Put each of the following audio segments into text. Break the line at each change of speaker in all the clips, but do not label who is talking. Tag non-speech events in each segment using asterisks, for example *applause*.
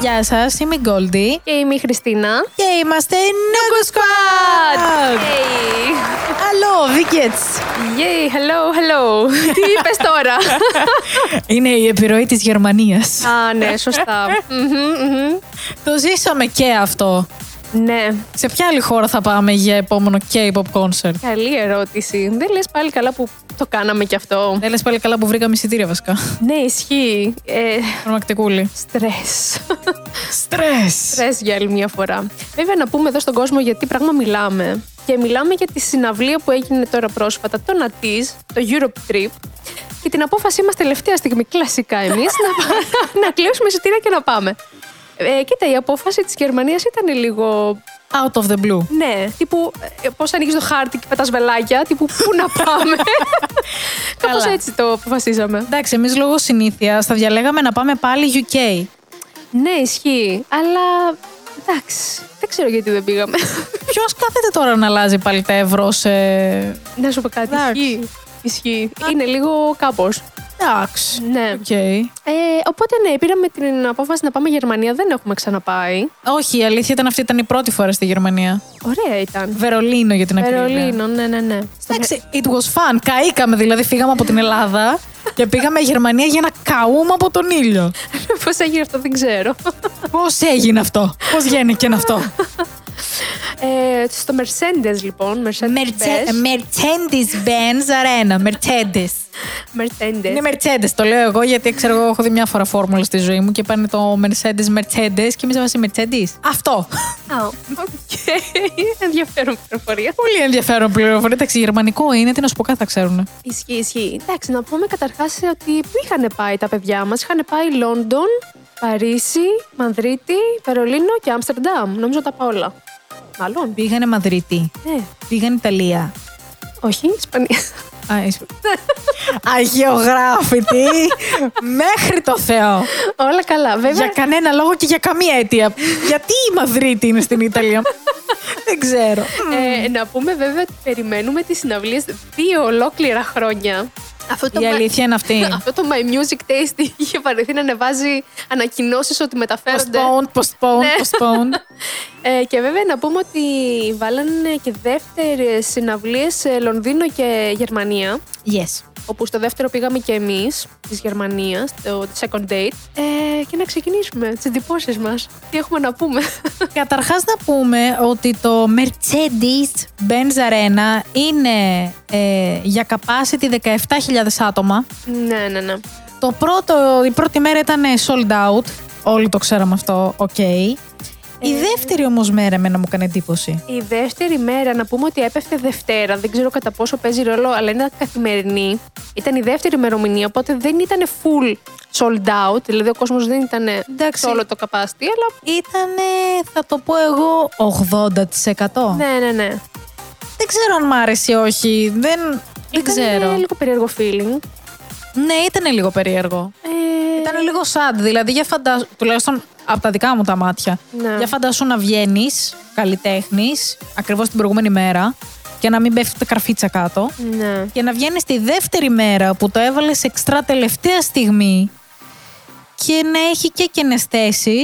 Γεια σας, είμαι η Γκόλντι
Και είμαι η Χριστίνα.
και είμαστε Νούγκο Squad!
Hey.
Αλλό, Βίκετς!
Yay, hello, hello. Τι είπες τώρα.
Είναι η επιρροή της Γερμανίας.
Α, ναι, σωστά. Μμμ, μμμ.
Το ζήσαμε και αυτό.
ναι,
Σε ποια άλλη χώρα θα πάμε για επόμενο K-pop concert.
καλή ερώτηση. Δεν λες πάλι καλά που το κάναμε κι αυτό.
Δεν λες πάλι καλά που βρήκαμε εισιτήρια βασικά.
ναι, ισχύει. Ε,
Τρομακτικούλη.
Στρες.
Στρες!
Στρες για άλλη μια φορά. Βέβαια να πούμε εδώ στον κόσμο για τι πράγμα μιλάμε. Και μιλάμε για τη συναυλία που έγινε τώρα πρόσφατα, το Νατίζ, το Europe Trip. Και την απόφασή μας τελευταία στιγμή, κλασικά εμείς, να, *laughs* πά- να κλείσουμε εισιτήρια και να πάμε. Ε, κοίτα, η απόφαση της Γερμανίας ήταν λίγο...
Out of the blue.
Ναι, τύπου ε, πώς ανοίγεις το χάρτη και πετάς βελάκια, τύπου πού να *laughs* πάμε. Κάπως
Καλά.
έτσι το αποφασίσαμε.
Εντάξει, εμείς λόγω συνήθεια θα διαλέγαμε να πάμε πάλι UK.
Ναι, ισχύει, αλλά εντάξει, δεν ξέρω γιατί δεν πήγαμε.
Ποιος κάθεται τώρα να αλλάζει πάλι τα ευρώ σε.
Να σου πω κάτι.
Εντάξει.
Ισχύει. Ισχύει. Είναι λίγο κάπως.
Εντάξει.
Ναι.
Οκ.
Ε, οπότε ναι, πήραμε την απόφαση να πάμε Γερμανία. Δεν έχουμε ξαναπάει.
Όχι, η αλήθεια ήταν αυτή, ήταν η πρώτη φορά στη Γερμανία.
Ωραία ήταν.
Βερολίνο για την ακρίβεια.
Βερολίνο, ναι, ναι, ναι.
Εντάξει, it was fun. Καήκαμε δηλαδή, φύγαμε από την Ελλάδα και πήγαμε Γερμανία για να καούμε από τον ήλιο.
*laughs* Πώς έγινε αυτό, δεν ξέρω. *laughs*
Πώς έγινε αυτό, Πώς γεννήκε αυτό. *laughs*
Ε, στο Mercedes, λοιπόν.
Ναι,
Mercedes.
Mercedes Benz Arena. Mercedes.
Mercedes.
Είναι Mercedes, το λέω εγώ γιατί ξέρω εγώ έχω δει μια φορά φόρμουλα στη ζωή μου και πάνε το Mercedes Mercedes και εμείς είμαστε Mercedes. Αυτό. *laughs*
Α, *laughs* Οκ. Ενδιαφέρον πληροφορία.
Πολύ ενδιαφέρον πληροφορία. Εντάξει, γερμανικό είναι, τι να σου πω κάτι θα ξέρουν.
Ισχύει, ισχύει. Εντάξει, να πούμε καταρχάς ότι πού είχαν πάει τα παιδιά μας. Είχαν πάει Λόντον, Παρίσι, Μανδρίτη, Βερολίνο και Άμστερνταμ. Νομίζω τα πάω όλα. Μάλλον.
Πήγανε Μαδρίτη,
Ναι.
πήγανε Ιταλία.
Όχι, Ισπανία. *laughs*
Α, είσαι- Αγιογράφητη! Μέχρι το Θεό!
όλα καλά. Βέβαια,
για κανένα λόγο και για καμία αιτία. Γιατί η Μαδρίτη είναι στην Ιταλία. Δεν ξέρω.
ε, να πούμε βέβαια ότι περιμένουμε τις συναυλίες δύο ολόκληρα χρόνια. Αυτό
Η
My-
αλήθεια είναι
*laughs*
αυτή.
Αυτό το My Music Taste είχε βαρεθεί να ανεβάζει ανακοινώσεις ότι μεταφέρονται.
Postponed, postponed,
Ναι.
postponed.
Ε, και βέβαια να πούμε ότι βάλανε και δεύτερες συναυλίες σε Λονδίνο και Γερμανία.
Yes.
όπου στο δεύτερο πήγαμε και εμείς της Γερμανίας, το second date, ε, και να ξεκινήσουμε τις εντυπώσεις μας. Τι έχουμε να πούμε.
Καταρχάς να πούμε ότι το Mercedes-Benz Arena είναι ε, για capacity 17.000 άτομα.
*laughs* ναι, ναι, ναι.
Το πρώτο, η πρώτη μέρα ήταν sold out. Όλοι το ξέραμε αυτό, οκ. Η
Ε.
δεύτερη όμως μέρα εμένα μου έκανε εντύπωση.
Η δεύτερη μέρα, να πούμε ότι έπεφτε Δευτέρα, δεν ξέρω κατά πόσο παίζει ρόλο, αλλά είναι καθημερινή. Ήταν η δεύτερη ημερομηνία, οπότε δεν ήταν full sold out, δηλαδή ο κόσμος δεν ήταν
Εντάξει.
σε όλο το καπάστη, αλλά
Ήτανε, θα το πω εγώ, 80%.
ναι, ναι, ναι.
Δεν ξέρω αν μ' άρεσε ή όχι. Δεν, δεν
Ήταν
ξέρω.
λίγο περίεργο feeling.
Ναι, ήταν λίγο περίεργο.
Ε,
Ήταν λίγο sad. Δηλαδή, για φαντάσου. Τουλάχιστον από τα δικά μου τα μάτια.
Ναι.
Για φαντάσου να βγαίνεις καλλιτέχνης ακριβώς την προηγούμενη μέρα και να μην πέφτει τα καρφίτσα κάτω.
ναι.
Και να βγαίνεις τη δεύτερη μέρα που το έβαλες εξτρά τελευταία στιγμή και να έχει και καινέ θέσει.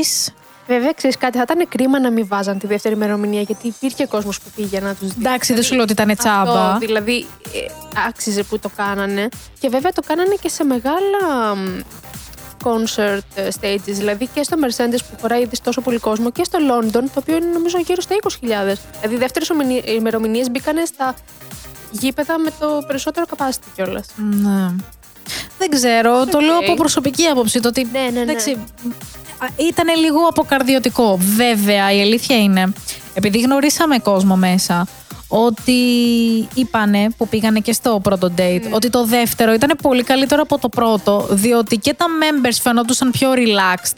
Βέβαια, ξέρεις κάτι, θα ήταν κρίμα να μην βάζαν τη δεύτερη ημερομηνία γιατί υπήρχε κόσμος που πήγε να τους δει.
Εντάξει, δεν σου λέω ότι ήταν τσάμπα.
Αυτό, δηλαδή, ε, άξιζε που το κάνανε. Και βέβαια το κάνανε και σε μεγάλα μ, concert ε, stages. Δηλαδή και στο Mercedes που χωράει ήδη τόσο πολύ κόσμο και στο London, το οποίο είναι νομίζω γύρω στα 20.000. Δηλαδή, οι δεύτερες ημερομηνίες μπήκανε στα γήπεδα με το περισσότερο capacity κιόλας.
Ναι. Δεν ξέρω, το λέω από προσωπική άποψη. Το ότι,
Ναι, ναι, ναι.
ήταν λίγο αποκαρδιωτικό. Βέβαια, η αλήθεια είναι, επειδή γνωρίσαμε κόσμο μέσα, ότι είπανε που πήγανε και στο πρώτο
Ναι.
date, ότι το δεύτερο ήταν πολύ καλύτερο από το πρώτο, διότι και τα members φαινόντουσαν πιο relaxed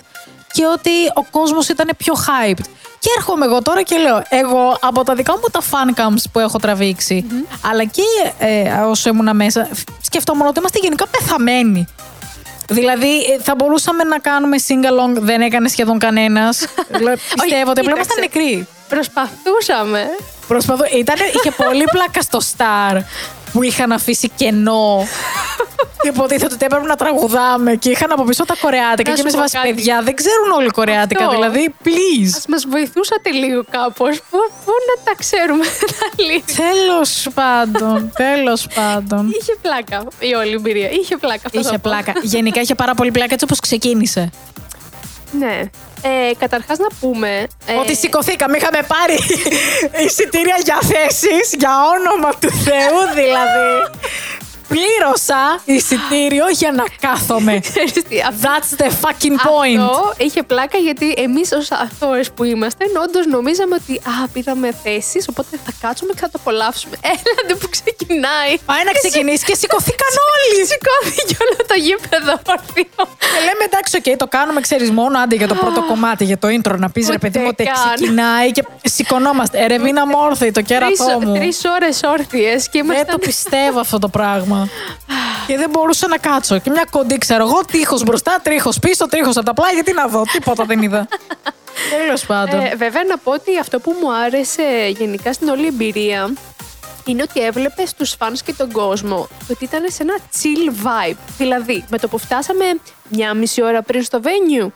και ότι ο κόσμος ήταν πιο hyped. Και έρχομαι εγώ τώρα και λέω, εγώ από τα δικά μου τα fan cams που έχω τραβήξει, αλλά και ε, όσο ήμουνα μέσα, σκεφτόμουν ότι είμαστε γενικά πεθαμένοι. Δηλαδή, ε, θα μπορούσαμε να κάνουμε sing-along, δεν έκανε σχεδόν κανένας.
*laughs*
Πιστεύω ότι απλά ήμασταν
κοίταξε.
νεκροί.
Προσπαθούσαμε. *laughs*
Προσπαθώ. Ήταν, είχε πολύ πλάκα στο Star που είχαν αφήσει κενό Υποτίθεται ότι έπρεπε να τραγουδάμε και είχαν από πίσω τα κορεάτικα.
Να
Και
σου
με
πω
βάση
κάτι.
παιδιά, δεν ξέρουν όλοι κορεάτικα.
Αυτό.
Δηλαδή, please.
Ας μας βοηθούσατε λίγο κάπως. Πού, πού να τα ξέρουμε *laughs* τα λύση.
Τέλος πάντων, τέλος πάντων.
Είχε πλάκα η όλη εμπειρία. Είχε πλάκα. αυτό θα
Είχε
πω.
πλάκα. Γενικά είχε πάρα πολύ πλάκα έτσι όπως ξεκίνησε.
Ναι. Ε, καταρχάς να πούμε... ε,
Ότι σηκωθήκαμε, είχαμε
*laughs*
πάρει εισιτήρια για θέσεις, για όνομα του Θεού δηλαδή. Πλήρωσα εισιτήριο για να κάθομαι.
ξέρεις τι, αυτό-
That's *laughs* the fucking point.
Αυτό είχε πλάκα γιατί εμείς ως αθώες που είμαστε, όντως νομίζαμε ότι α, πήραμε θέσεις, οπότε θα κάτσουμε και θα το απολαύσουμε. *laughs* Έλατε που ξεκινάει.
Πάει να ξεκινήσει και σηκωθήκαν όλοι.
Σηκώθηκε όλο το γήπεδο όρθιο.
Και λέμε εντάξει, οκ, το κάνουμε, ξέρεις μόνο άντε για το πρώτο κομμάτι, για το intro να πεις ρε
Ούτε
παιδί μου ότι
καν.
ξεκινάει και σηκωνόμαστε. Ε, Ρε, μείνα μου όρθιοι, το κέρατό μου.
Τρεις ώρες όρθιες και
Δεν Ε, το
ήμασταν.
πιστεύω αυτό το πράγμα. και δεν μπορούσα να κάτσω. Και μια κοντή, ξέρω εγώ, τείχος μπροστά, τρίχος πίσω, τρίχος από τα πλάγια. Τι να δω, τίποτα δεν *laughs* είδα. Τέλος πάντων.
Ε, βέβαια να πω ότι αυτό που μου άρεσε γενικά στην όλη εμπειρία είναι ότι έβλεπε τους φανς και τον κόσμο ότι ήταν σε ένα chill vibe. Δηλαδή, με το που φτάσαμε μια μισή ώρα πριν στο venue,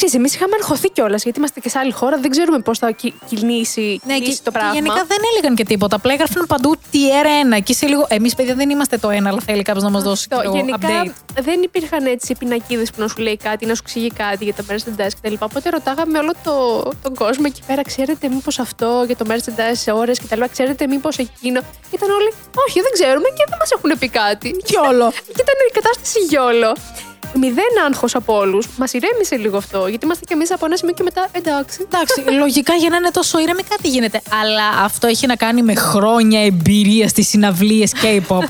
Ξέρεις, εμείς είχαμε αγχωθεί κιόλας γιατί είμαστε και σε άλλη χώρα, δεν ξέρουμε πώς θα κι- κυλήσει, κυλήσει το πράγμα.
Ναι, γενικά δεν έλεγαν και τίποτα. Απλά έγραφαν παντού tier 1. Και είσαι λίγο. Εμείς, παιδιά, δεν είμαστε το 1, αλλά θέλει κάποιος να μας δώσει
Αυτό,
το
γενικά
update.
δεν υπήρχαν έτσι πινακίδες που να σου λέει κάτι, να σου εξηγεί κάτι για το merchandise κτλ. Οπότε ρωτάγαμε όλο το, τον κόσμο εκεί πέρα, ξέρετε μήπως αυτό για το merchandise σε ώρες κτλ. Ξέρετε μήπως εκείνο. Ήταν όλοι, όχι, δεν ξέρουμε και δεν μας έχουν πει κάτι.
Γιόλο.
Και ήταν η κατάσταση γιόλο. Μηδέν άγχος από όλους. Μας ηρέμησε λίγο αυτό, γιατί είμαστε κι εμείς από ένα σημείο και μετά εντάξει.
Εντάξει, λογικά για να είναι τόσο ήρεμη κάτι γίνεται. Αλλά αυτό έχει να κάνει με χρόνια εμπειρίας στι συναυλίε
*laughs*
K-pop.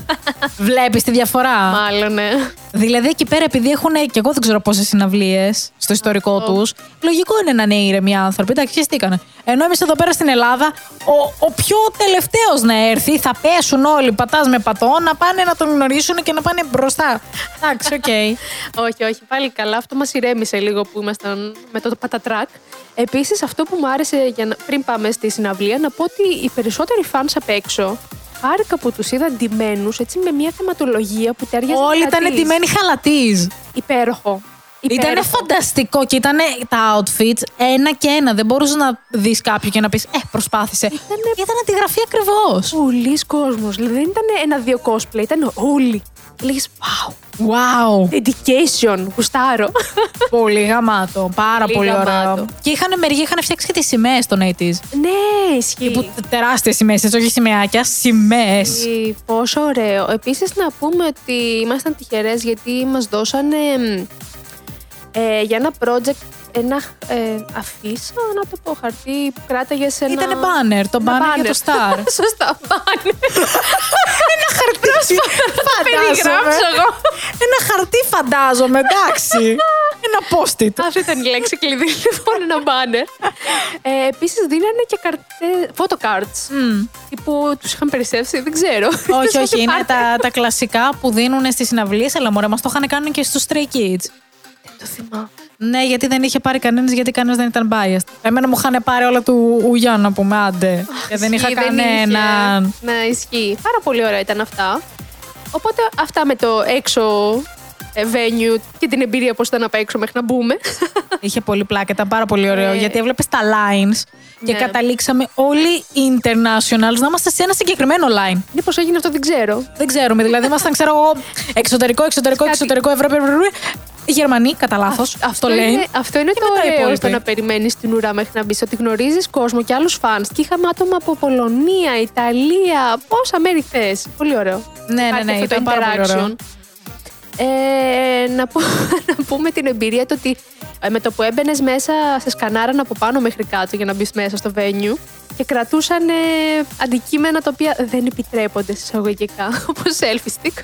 Βλέπεις τη διαφορά.
Μάλλον, ναι.
Δηλαδή εκεί πέρα, επειδή έχουν και εγώ δεν ξέρω πόσες συναυλίες στο ιστορικό τους, λογικό είναι να είναι ήρεμοι άνθρωποι. Εντάξει, ξέρεις τι έκανε. Ενώ εμείς εδώ πέρα στην Ελλάδα, ο, ο πιο τελευταίος να έρθει, θα πέσουν όλοι πατάς με πατώ, να πάνε να τον γνωρίσουν και να πάνε μπροστά. Εντάξει, οκ.
Όχι, όχι, πάλι καλά. Αυτό μας ηρέμησε λίγο που ήμασταν με το πατατράκ. Επίσης, αυτό που μου άρεσε για να... πριν πάμε στη συναυλία, να πω ότι οι περισσότεροι φανς απ' έξω χάρηκα που τους είδα ντυμένους έτσι με μια θεματολογία που ταιριάζει.
Όλοι ήταν εντυμένοι χαλατής.
Υπέροχο. Υπέροχο.
Ήταν φανταστικό και ήταν τα outfits ένα και ένα. Δεν μπορούσες να δεις κάποιο και να πεις Ε, προσπάθησε. Ήταν τη γραφή ακριβώς.
Πολλοί κόσμος. Δηλαδή δεν ήταν ένα-δύο cosplay, ήταν όλοι. Λέγε, wow,
Wow.
dedication, γουστάρω. *laughs*
Πολύ γαμάτο. Πάρα
Πολύ
πολύ
γαμάτο.
ωραίο. Και είχαν μερικοί είχαν φτιάξει και τις σημαίες των 80s.
ναι, ισχύει.
Που τεράστιες σημαίες, έτσι όχι σημαίακια, σημαίες.
Ε, Πόσο ωραίο. Επίσης, να πούμε ότι ήμασταν τυχερές γιατί μας δώσανε μ, ε, για ένα project ένα ε, αφίσα, να το πω, χαρτί που κράταγε σε ένα.
Ήταν banner, το
ένα
banner για το Star.
*laughs* Σωστά, banner.
*laughs* Ένα χαρτί.
Περιγράψω
*laughs*
εγώ.
Ένα χαρτί, φαντάζομαι, εντάξει. Ένα post-it.
Αυτή ήταν η λέξη κλειδί, λοιπόν, ένα μπάνερ. Ε, Επίσης, δίνανε και καρτέ, photocards. Τύπου τους είχαν περισσεύσει, δεν ξέρω. *laughs*
Όχι,
Σαν
όχι,
ότι
είναι
πάντα
τα, τα κλασικά που δίνουν στις συναυλίες, αλλά μωρέ, μας το είχαν κάνει και στους Stray Kids.
Το θυμάμαι.
Ναι, γιατί δεν είχε πάρει κανένας, γιατί κανένας δεν ήταν biased. Εμένα μου είχαν πάρει όλα του Ουγιάν, να πούμε, άντε. Και Ε, δεν είχα
Ισχύει, δεν
κανέναν.
είχε. Ναι, ισχύει. Πάρα πολύ ωραία ήταν αυτά. Οπότε αυτά με το έξω ε, venue και την εμπειρία πώς ήταν απ' έξω μέχρι να μπούμε. *laughs*
Είχε πολύ πλάκα, ήταν πάρα πολύ ωραίο.
Ναι.
Γιατί έβλεπες τα lines και
Ναι.
καταλήξαμε όλοι internationals να είμαστε σε ένα συγκεκριμένο line.
Μήπως έγινε αυτό, δεν ξέρω.
Δεν ξέρουμε, δηλαδή ήμασταν, ξέρω εγώ, εξωτερικό, εξωτερικό,
Κάτι.
εξωτερικό, Ευρώπη, Ευρώπη. Ευρώπη. Γερμανοί, κατά λάθος. Αυτό
είναι,
λέει.
αυτό είναι
Και
το
μετά οι
ωραίο στο
υπόλοιποι.
να περιμένεις την ουρά μέχρι να μπει. Ότι γνωρίζεις κόσμο και άλλους φαν. Και είχαμε άτομα από Πολωνία, Ιταλία, πόσα μέρη θε. Πολύ ωραίο.
Ναι,
Υπάρχει
ναι, ναι,
αυτό το
ήταν πάρα πολύ
interaction.
ωραίο.
Ε, να, πω, *laughs* να πούμε την εμπειρία του ότι ε, με το που έμπαινες μέσα, σε σκανάραν από πάνω μέχρι κάτω για να μπεις μέσα στο venue και κρατούσαν ε, αντικείμενα τα οποία δεν επιτρέπονται συσσαγωγικά, *laughs* όπως selfie stick.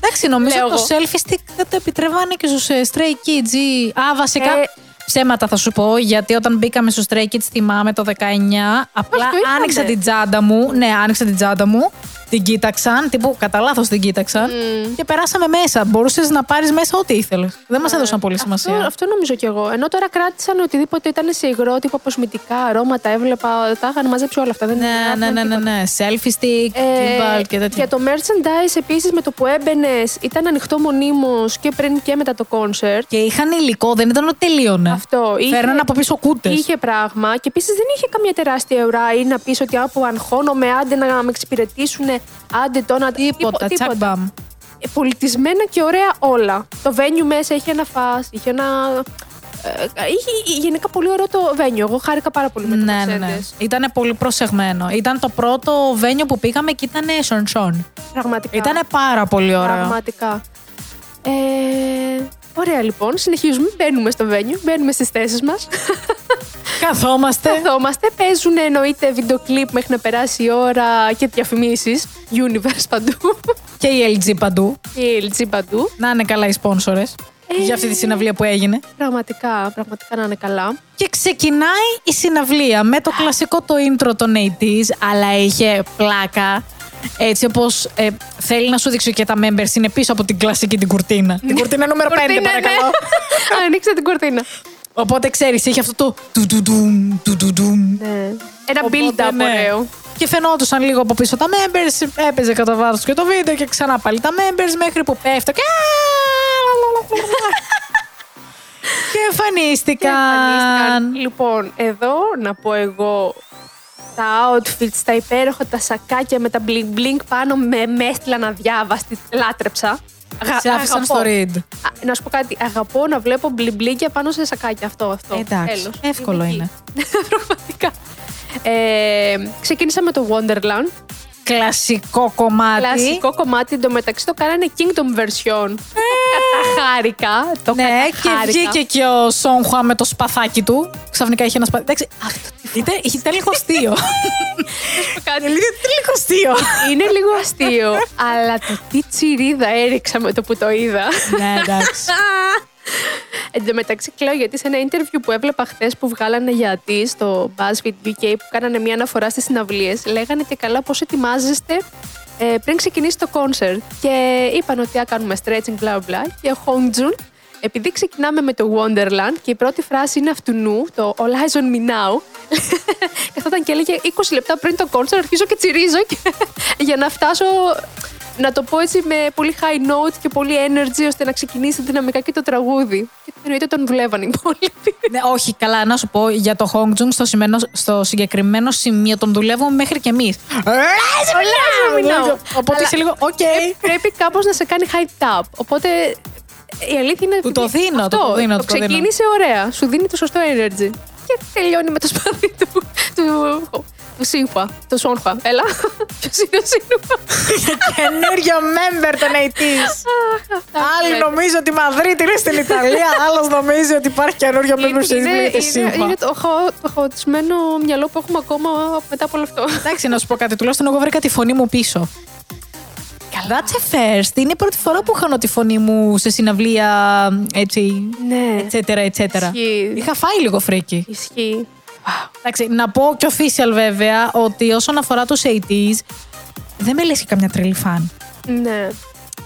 Εντάξει, νομίζω
Λέω
το
εγώ.
selfie stick δεν το επιτρεβάνε και στους Stray Kids. ή- Α, βασικά.
Ε,
Ψέματα θα σου πω, γιατί όταν μπήκαμε στους Stray Kids θυμάμαι το 19, απλά
το είχαμε.
άνοιξα την τσάντα μου, ναι άνοιξα την τσάντα μου, την κοίταξαν, τύπου κατά λάθος την κοίταξαν
Mm.
και περάσαμε μέσα. Μπορούσες να πάρεις μέσα ό,τι ήθελες. Δεν μας έδωσαν πολύ
Ε, Αυτό,
σημασία.
αυτό νομίζω κι εγώ. Ενώ τώρα κράτησαν οτιδήποτε ήταν σε υγρό, τύπου κοσμητικά, αρώματα, έβλεπα. Τα είχαν μαζέψει όλα αυτά. Δεν
Ναι, ναι, ναι, ναι, ναι. Selfie stick,
Ε,
gimbal και τέτοια.
για το merchandise επίσης με το που έμπαινες ήταν ανοιχτό μονίμως και πριν και μετά το κόνσερτ.
Και είχαν υλικό, δεν ήταν ότι τελείωνε.
Αυτό. είχε-
Φέρναν Ναι. από πίσω κούτες.
Είχε πράγμα και επίσης δεν είχε καμία τεράστια ουρά ή να πεις ότι άπου αγχώνομαι, άντε να με εξυπηρετήσουν, άντε το να.
Τίποτα,
τίπο-
τσακ μπαμ.
Ε, Πολιτισμένα και ωραία όλα. Το venue μέσα είχε ένα φας, είχε ένα. ε, Είχε γενικά πολύ ωραίο το venue. Εγώ χάρηκα πάρα πολύ με το
Ναι, ναι, ναι.
Mercedes.
Ήταν πολύ προσεγμένο. Ήταν το πρώτο βένιο που πήγαμε και ήταν σονσόν.
Πραγματικά.
Ήταν πάρα πολύ ωραίο.
Πραγματικά. Ε, ωραία λοιπόν, συνεχίζουμε, μπαίνουμε στο venue, μπαίνουμε στις θέσεις
*laughs*
μας.
Καθόμαστε.
Καθόμαστε, παίζουν εννοείται βίντεο κλιπ μέχρι να περάσει η ώρα και διαφημίσεις, universe
*laughs*
παντού
και η LG παντού.
και LG παντού.
Να είναι καλά οι σπόνσορες
Ε.
για αυτή τη συναυλία που έγινε.
Πραγματικά, πραγματικά να είναι καλά.
Και ξεκινάει η συναυλία με το κλασικό το intro των 80s, αλλά είχε πλάκα. Έτσι όπως θέλει να σου δείξει και τα members είναι πίσω από την κλασική την κουρτίνα. την κουρτίνα νούμερο 5,
Κορτίνα, ναι. *laughs*
παρακαλώ.
Ανοίξτε την κορτίνα.
Οπότε ξέρεις, είχε αυτό το. του-του-ντουμ, του-του-ντουμ.
Ναι. Ένα
Οπότε,
build-up
ναι.
ωραίο.
Και φαινόντουσαν λίγο από πίσω τα members, έπαιζε κατά βάθο και το βίντεο και ξανά πάλι τα members μέχρι που πέφτω και. και εμφανίστηκαν.
εμφανίστηκαν. Λοιπόν, εδώ να πω εγώ τα outfits, τα υπέροχα, τα σακάκια με τα bling bling πάνω με, με έστειλαν αδιάβαστη, λάτρεψα. Αγα-
Σε άφησαν στο
αγαπώ.
read.
Α, να σου πω κάτι, αγαπώ να βλέπω μπλιμπλίκια πάνω σε σακάκια αυτό, αυτό.
Εντάξει,
Τέλος.
εύκολο
Ειδική.
είναι.
*laughs* Πραγματικά. Ε, ξεκίνησα με το Wonderland.
Κλασικό κομμάτι.
Κλασικό κομμάτι, εντωμεταξύ το κάνανε Kingdom version.
Ε!
Καταχάρηκα. Το
Ναι, και
καταχάρηκα.
βγήκε και ο Σόγχουα με το σπαθάκι του. Ξαφνικά είχε ένα σπαθάκι. Εντάξει, αυτό τι ήταν, ήταν λίγο *laughs* αστείο.
Κάτι.
Ήταν λίγο αστείο.
Είναι λίγο αστείο, αλλά το τι τσιρίδα έριξα με το που το είδα.
ναι, εντάξει.
Εν τω μεταξύ, κλαίω γιατί σε ένα interview που έβλεπα χθες που βγάλανε για τη στο BuzzFeed BK που κάνανε μια αναφορά στις συναυλίες, λέγανε και καλά πώς ετοιμάζεστε ε, πριν ξεκινήσει το concert. Και είπαν ότι α, κάνουμε stretching, bla bla. Και ο Χόντζουν, επειδή ξεκινάμε με το Wonderland και η πρώτη φράση είναι αυτού νου, το All Eyes on Me Now, *laughs* καθόταν και έλεγε 20 λεπτά πριν το concert αρχίζω και τσιρίζω και- *laughs* για να φτάσω να το πω έτσι με πολύ high note και πολύ energy ώστε να ξεκινήσει δυναμικά και το τραγούδι. Και εννοείται τον βλέβαν οι
*laughs*
υπόλοιποι.
ναι, όχι, καλά, να σου πω για το Hong Jung στο, σημερινό- στο συγκεκριμένο σημείο τον δουλεύουμε μέχρι και εμείς.
μιλάω.
Οπότε
Αλλά-
είσαι λίγο, οκ.
Πρέπει κάπως να σε κάνει hyped up. Οπότε η αλήθεια είναι.
Του το
επειδή
δίνω,
αυτό,
του το δίνω,
Το
του το δίνω.
ξεκίνησε ωραία. Σου δίνει το σωστό energy. Και τελειώνει με το σπαθί του. του, του Σίγχουα. Το Σόνχουα. Έλα.
*laughs*
Ποιος είναι ο Σίγχουα.
Καινούριο member των 80s.
Αχ, αυτά
Άλλοι
βλέπω.
νομίζει ότι η Μαδρίτη είναι στην *laughs* Ιταλία, άλλος νομίζει ότι υπάρχει καινούριο
Είναι-
member στην
είναι-
Ιταλία.
είναι- Είναι το χαο- το χαοτισμένο μυαλό που έχουμε ακόμα μετά από όλο αυτό.
Εντάξει, να σου πω κάτι. Τουλάχιστον εγώ βρήκα τη φωνή μου πίσω. Καλά, that's a first. Είναι η πρώτη φορά που χάνω τη φωνή μου σε συναυλία έτσι.
Ναι.
Ετσέτερα, ετσέτερα.
Ισχύει.
Είχα φάει λίγο φρίκι.
Ισχύει.
Εντάξει, να πω και official βέβαια ότι όσον αφορά τους 80s, δεν με λες και καμιά τρελή φαν.
Ναι.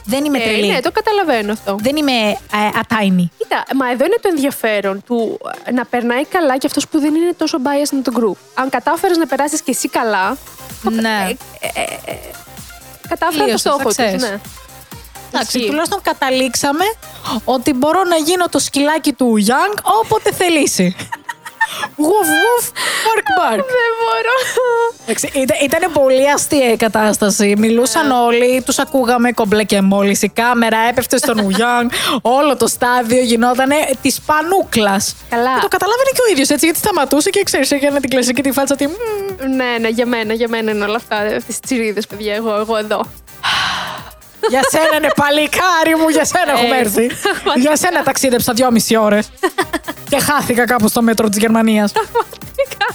Δεν είμαι
Ε,
τρελή.
ναι, το καταλαβαίνω αυτό.
Δεν είμαι ε, ατάινη.
Κοίτα, μα εδώ είναι το ενδιαφέρον του ε, να περνάει καλά και αυτός που δεν είναι τόσο biased με τον group. Αν κατάφερες να περάσεις και εσύ καλά,
Ναι.
κατάφερε το
Τελείωσες,
στόχο
θα
του.
ξέρεις.
Ναι.
Εντάξει,
Ισχύει.
τουλάχιστον καταλήξαμε ότι μπορώ να γίνω το σκυλάκι του Young όποτε
*laughs*
θελήσει. Γουφ, γουφ, bark, bark.
Δεν μπορώ.
Εντάξει, Ήταν, ήτανε πολύ αστεία η
Ναι.
κατάσταση. Μιλούσαν όλοι, τους ακούγαμε κομπλέ και μόλις. Η κάμερα έπεφτε στον
*laughs*
Ουγιάνγκ. όλο το στάδιο γινότανε της πανούκλας.
Καλά.
Και το καταλάβαινε και ο ίδιος έτσι, γιατί σταματούσε και ξέρεις, έκανε την κλασική τη φάτσα ότι. «Μμμ».
ναι, ναι, για μένα, για μένα είναι όλα αυτά. Αυτέ τις τσιρίδες, παιδιά, εγώ, εγώ εδώ. *laughs*
Για σένα είναι παλικάρι μου, για σένα έχουμε *laughs*
Ε,
έρθει. για σένα ταξίδεψα δυόμιση ώρες. *laughs* και χάθηκα κάπου στο μέτρο της Γερμανίας.
Πραγματικά.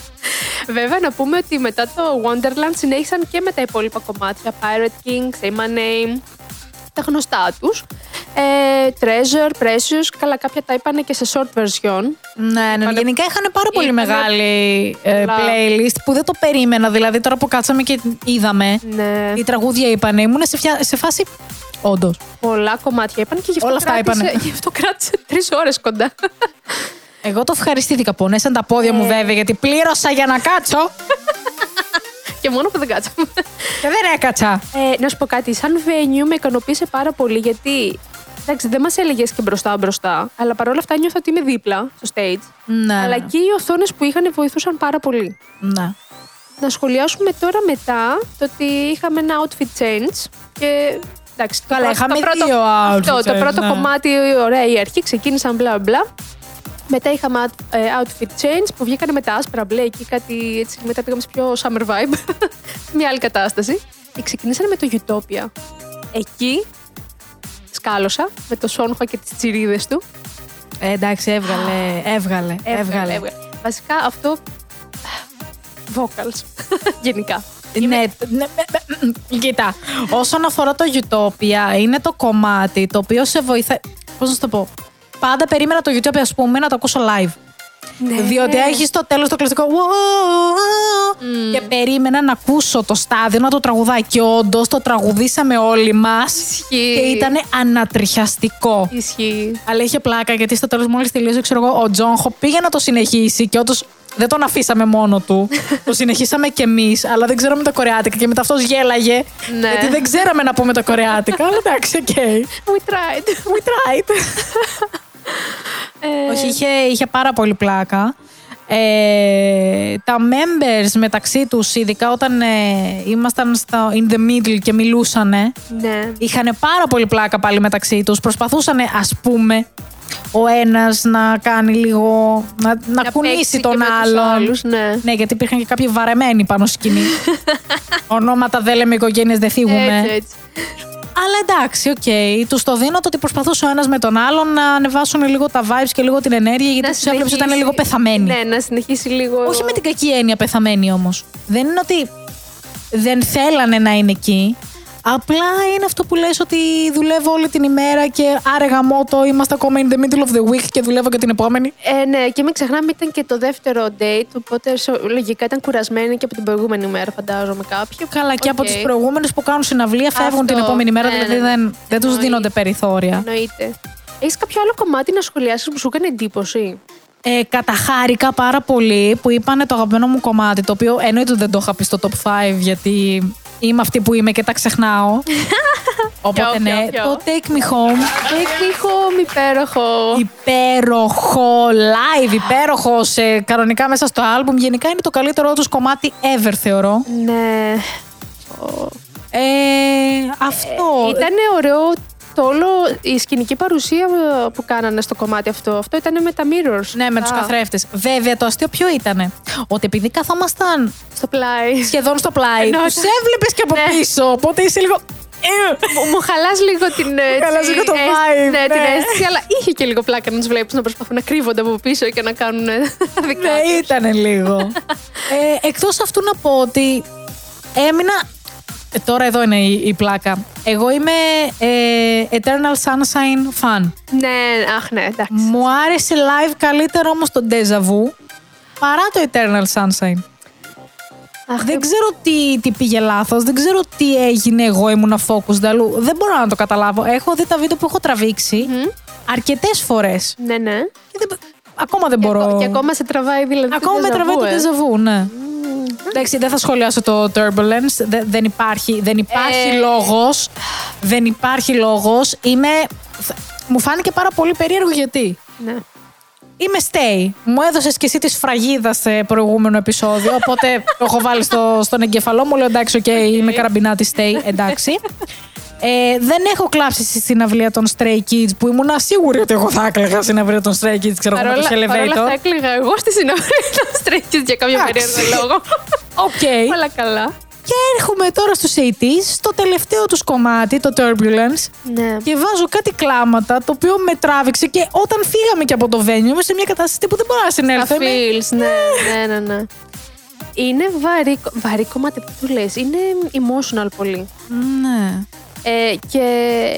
Βέβαια, να πούμε ότι μετά το Wonderland συνέχισαν και με τα υπόλοιπα κομμάτια. Pirate King, Say My Name, τα γνωστά τους. Ε, treasure, Precious, καλά κάποια τα είπανε και σε short version.
Ναι, ναι. Γενικά είχαν πάρα πολύ
Είχανε
μεγάλη ε,
πολλά.
playlist που δεν το περίμενα. Δηλαδή, τώρα που κάτσαμε και είδαμε,
Ναι.
τι τραγούδια είπαν, ήμουν σε, φια- σε φάση. Όντως.
Πολλά κομμάτια είπαν και γι' αυτό,
Όλα αυτά
κράτησε,
είπανε.
γι αυτό κράτησε τρεις ώρες *laughs* κοντά.
Εγώ το ευχαριστήθηκα. Πονέσαν τα πόδια μου βέβαια, γιατί πλήρωσα για να κάτσω
και μόνο που δεν κάτσαμε.
και δεν έκατσα.
Ε, να σου πω κάτι, σαν venue με ικανοποίησε πάρα πολύ γιατί εντάξει, δεν μας έλεγες και μπροστά μπροστά, αλλά παρόλα αυτά νιώθω ότι είμαι δίπλα στο stage.
Ναι.
Αλλά
ναι,
και οι οθόνες που είχαν βοηθούσαν πάρα πολύ.
ναι.
Να σχολιάσουμε τώρα μετά το ότι είχαμε ένα outfit change και εντάξει, το
Καλά,
πρώτο-
είχαμε
το πρώτο,
δύο
αυτό,
outfit
το
change,
πρώτο
ναι.
κομμάτι, ωραία η αρχή, ξεκίνησαν μπλα μπλα. Μετά είχαμε out- ε, outfit change που βγήκανε με τα άσπρα μπλε εκεί κάτι έτσι και μετά πήγαμε σε πιο summer vibe, *laughs* μια άλλη κατάσταση. Και ξεκινήσανε με το Utopia. Εκεί σκάλωσα με το Σόνχο και τις τσιρίδες του.
Ε, εντάξει, έβγαλε. Έβγαλε. Έβγαλε.
Βασικά αυτό... vocals, *laughs* γενικά.
Ναι, ναι, ναι, ναι, ναι. Κοίτα, όσον αφορά το Utopia, είναι το κομμάτι το οποίο σε βοηθάει. Πώς να σου το πω. Πάντα περίμενα το Utopia, ας πούμε, να το ακούσω live. Διότι έχεις στο τέλος το κλασικό. «Wow». Και περίμενα να ακούσω το στάδιο να το τραγουδάει. Και όντως το τραγουδήσαμε όλοι μας.
Ισχύει.
Και ήταν ανατριχιαστικό.
Ισχύει.
Αλλά είχε πλάκα γιατί στο τέλος, μόλις τελείωσε, ξέρω εγώ, ο Τζόνχο πήγε να το συνεχίσει και όντως δεν τον αφήσαμε μόνο του. το συνεχίσαμε κι εμείς, αλλά δεν ξέραμε τα κορεάτικα και μετά αυτός γέλαγε.
Ναι.
Γιατί δεν ξέραμε να πούμε τα κορεάτικα. αλλά εντάξει, οκ.
We tried.
We tried.
Ε,
Όχι, είχε, είχε πάρα πολύ πλάκα. Ε, τα members μεταξύ τους, ειδικά όταν ε, ήμασταν στο in the middle και μιλούσανε,
ναι.
είχαν πάρα πολύ πλάκα πάλι μεταξύ τους. Προσπαθούσαν, ας πούμε, ο ένας να κάνει λίγο, να, να,
Να παίξει
κουνήσει
και
τον
με τους
άλλον.
άλλους, ναι.
ναι, γιατί υπήρχαν και κάποιοι βαρεμένοι πάνω στη
*laughs*
σκηνή. Ονόματα δεν λέμε, οικογένειες δεν θίγουμε.
Έτσι, έτσι.
Αλλά εντάξει, οκ. Τους το δίνω το ότι προσπαθούσε ο ένας με τον άλλον να ανεβάσουν λίγο τα vibes και λίγο την ενέργεια, γιατί του έβλεπε ότι ήταν
συνεχίσει-
λίγο πεθαμένοι.
Ναι, να συνεχίσει λίγο.
Όχι με την κακή έννοια πεθαμένοι όμως. Δεν είναι ότι δεν θέλανε να είναι εκεί. Απλά είναι αυτό που λες ότι δουλεύω όλη την ημέρα και άρα γαμώτο, είμαστε ακόμα in the middle of the week και δουλεύω και την επόμενη.
Ε, ναι, και μην ξεχνάμε, ήταν και το δεύτερο date, οπότε σε- λογικά ήταν κουρασμένοι και από την προηγούμενη μέρα, φαντάζομαι κάποιοι.
Καλά, και από
Οκ.
του προηγούμενου που κάνουν συναυλία φεύγουν
Αυτό.
την επόμενη μέρα,
Ναι,
δηλαδή
ναι, ναι.
δεν, δεν τους
Εννοείται.
δίνονται περιθώρια.
Εννοείται. Έχεις κάποιο άλλο κομμάτι να σχολιάσεις που σου έκανε εντύπωση.
Ε, καταχάρηκα πάρα πολύ που είπανε το αγαπημένο μου κομμάτι, το οποίο εννοείται ότι δεν το είχα πει στο top 5 γιατί είμαι αυτή που είμαι και τα
*laughs*
ξεχνάω. Οπότε
Ποιο,
ναι,
ποιο, ποιο?
το Take Me Home,
Εκδίχω, υπέροχο.
υπέροχο live, υπέροχο σε, κανονικά μέσα στο άλμπουμ. Γενικά είναι το καλύτερό τους κομμάτι ever θεωρώ.
Ναι.
Ε, αυτό.
Ήταν ωραίο το όλο, η σκηνική παρουσία ε, που κάνανε στο κομμάτι αυτό. Αυτό ήταν με τα mirrors.
Ναι, με
Α,
τους καθρέφτες. Βέβαια, το αστείο ποιο ήτανε. Ότι επειδή καθόμασταν
Στο πλάι.
σχεδόν στο πλάι,
Εννοώ-
τους έβλεπες και από
Ναι.
πίσω. Οπότε είσαι λίγο. «Ε,
μου, μου χαλάς λίγο την έτσι,
χαλάς λίγο το
αίσθη-
vibe,
ναι, την
ναι.
αίσθηση, αλλά είχε και λίγο πλάκα να τους βλέπεις να προσπαθούν να κρύβονται από πίσω και να κάνουν ε, δικά
Ναι,
τους.
ήταν λίγο. ε, Εκτός αυτού να πω ότι έμεινα. ε, τώρα εδώ είναι η, η πλάκα. Εγώ είμαι ε, Eternal Sunshine fan.
Ναι, αχ ναι, εντάξει.
Μου άρεσε live καλύτερο όμως το Deja Vu παρά το Eternal Sunshine.
Αχ,
Δεν ξέρω τι, τι πήγε λάθος, δεν ξέρω τι έγινε. Εγώ ήμουν focused αλλού. Δεν μπορώ να το καταλάβω. Έχω δει τα βίντεο που έχω τραβήξει αρκετές φορές.
ναι, ναι.
Ακόμα δεν μπορώ.
Και ακόμα σε τραβάει δηλαδή το
Ακόμα με
déjà
τραβάει
vu,
το
ε.
τεζαβού, ναι. Εντάξει, δεν θα σχολιάσω το turbulence. Δε- Δεν υπάρχει, δεν υπάρχει
Ε.
λόγος. Δεν υπάρχει λόγος. Είμαι... θα- Μου φάνηκε πάρα πολύ περίεργο γιατί.
Ναι.
Είμαι stay. Μου έδωσες και εσύ τη σφραγίδα σε προηγούμενο επεισόδιο, οπότε το έχω βάλει στο, στον εγκεφαλό μου. Λέω εντάξει, οκ, είμαι καραμπινάτη stay, εντάξει. Ε, δεν έχω κλάψει στη συναυλία των Stray Kids που ήμουν σίγουρη ότι εγώ θα έκλαιγα στην συναυλία των Stray Kids, ξέρω εγώ, με το
Παρόλα, παρόλα
Elevator.
αυτά έκλαιγα εγώ στη συναυλία *laughs* να στρέκεις για κάποιο
Εντάξει.
περίεργο λόγο.
Οκ.
Όλα καλά.
Και έρχομαι τώρα στους 80s, στο τελευταίο τους κομμάτι, το Turbulence,
Ναι.
και βάζω κάτι κλάματα, το οποίο με τράβηξε και όταν φύγαμε και από το venue, είμαι σε μια κατάσταση που δεν μπορώ να συνέλθω.
Τα
Είμαι-
feels, ναι, ναι, ναι, ναι. Είναι βαρύ, βαρύ κομμάτι που του λες. Είναι emotional πολύ.
Ναι.
Ε, και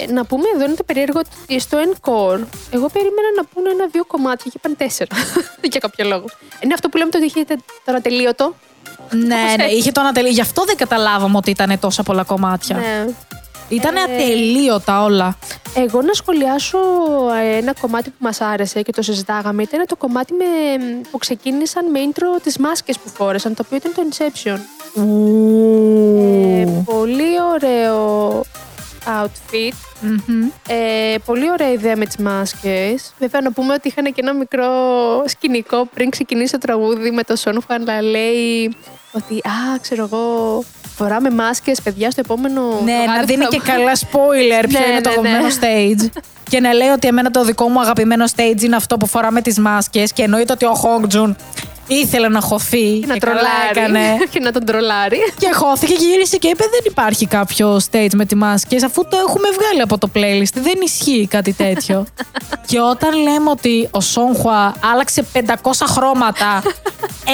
να πούμε εδώ είναι το περίεργο ότι στο Encore εγώ περίμενα να πούνε ένα-δύο κομμάτια και είπαν τέσσερα. *laughs* Για κάποιο λόγο. Είναι αυτό που λέμε το ότι είχε τε- το ατελείωτο.
Ναι, ναι, είχε το ανατελεί. Γι' αυτό δεν καταλάβαμε ότι ήταν τόσα πολλά κομμάτια.
Ναι.
Ήταν ατελείωτα όλα.
Εγώ να σχολιάσω ε, ένα κομμάτι που μας άρεσε και το συζητάγαμε ήταν το κομμάτι με, που ξεκίνησαν με intro τις μάσκες που φόρεσαν, το οποίο ήταν το Inception. Ε, πολύ ωραίο outfit.
Μμμ.
Ε, πολύ ωραία ιδέα με τις μάσκες. Βέβαια να πούμε ότι είχαν και ένα μικρό σκηνικό πριν ξεκινήσει το τραγούδι με το Σόνουφαν να λέει ότι «Α, ξέρω εγώ, φοράμε μάσκες, παιδιά, στο επόμενο
Ναι,
κομμάτι
να
που
δίνει
θα
και
βγάλουμε».
καλά spoiler ποιο
Ναι,
είναι το
ναι, ναι.
αγαπημένο
*laughs*
stage. Και να λέει ότι εμένα το δικό μου αγαπημένο stage είναι αυτό που φοράμε τις μάσκες και εννοείται ότι ο Χόγκτζουν ήθελε να χωθεί
Και να
καλά
τρολάρει. *laughs*
έκανε.
και να τον τρολάρει.
Και χώθηκε και γύρισε και είπε δεν υπάρχει κάποιο stage με τη μάσκες αφού το έχουμε βγάλει από το playlist. Δεν ισχύει κάτι
*laughs*
τέτοιο. και όταν λέμε ότι ο Σόνχουα άλλαξε 500 χρώματα,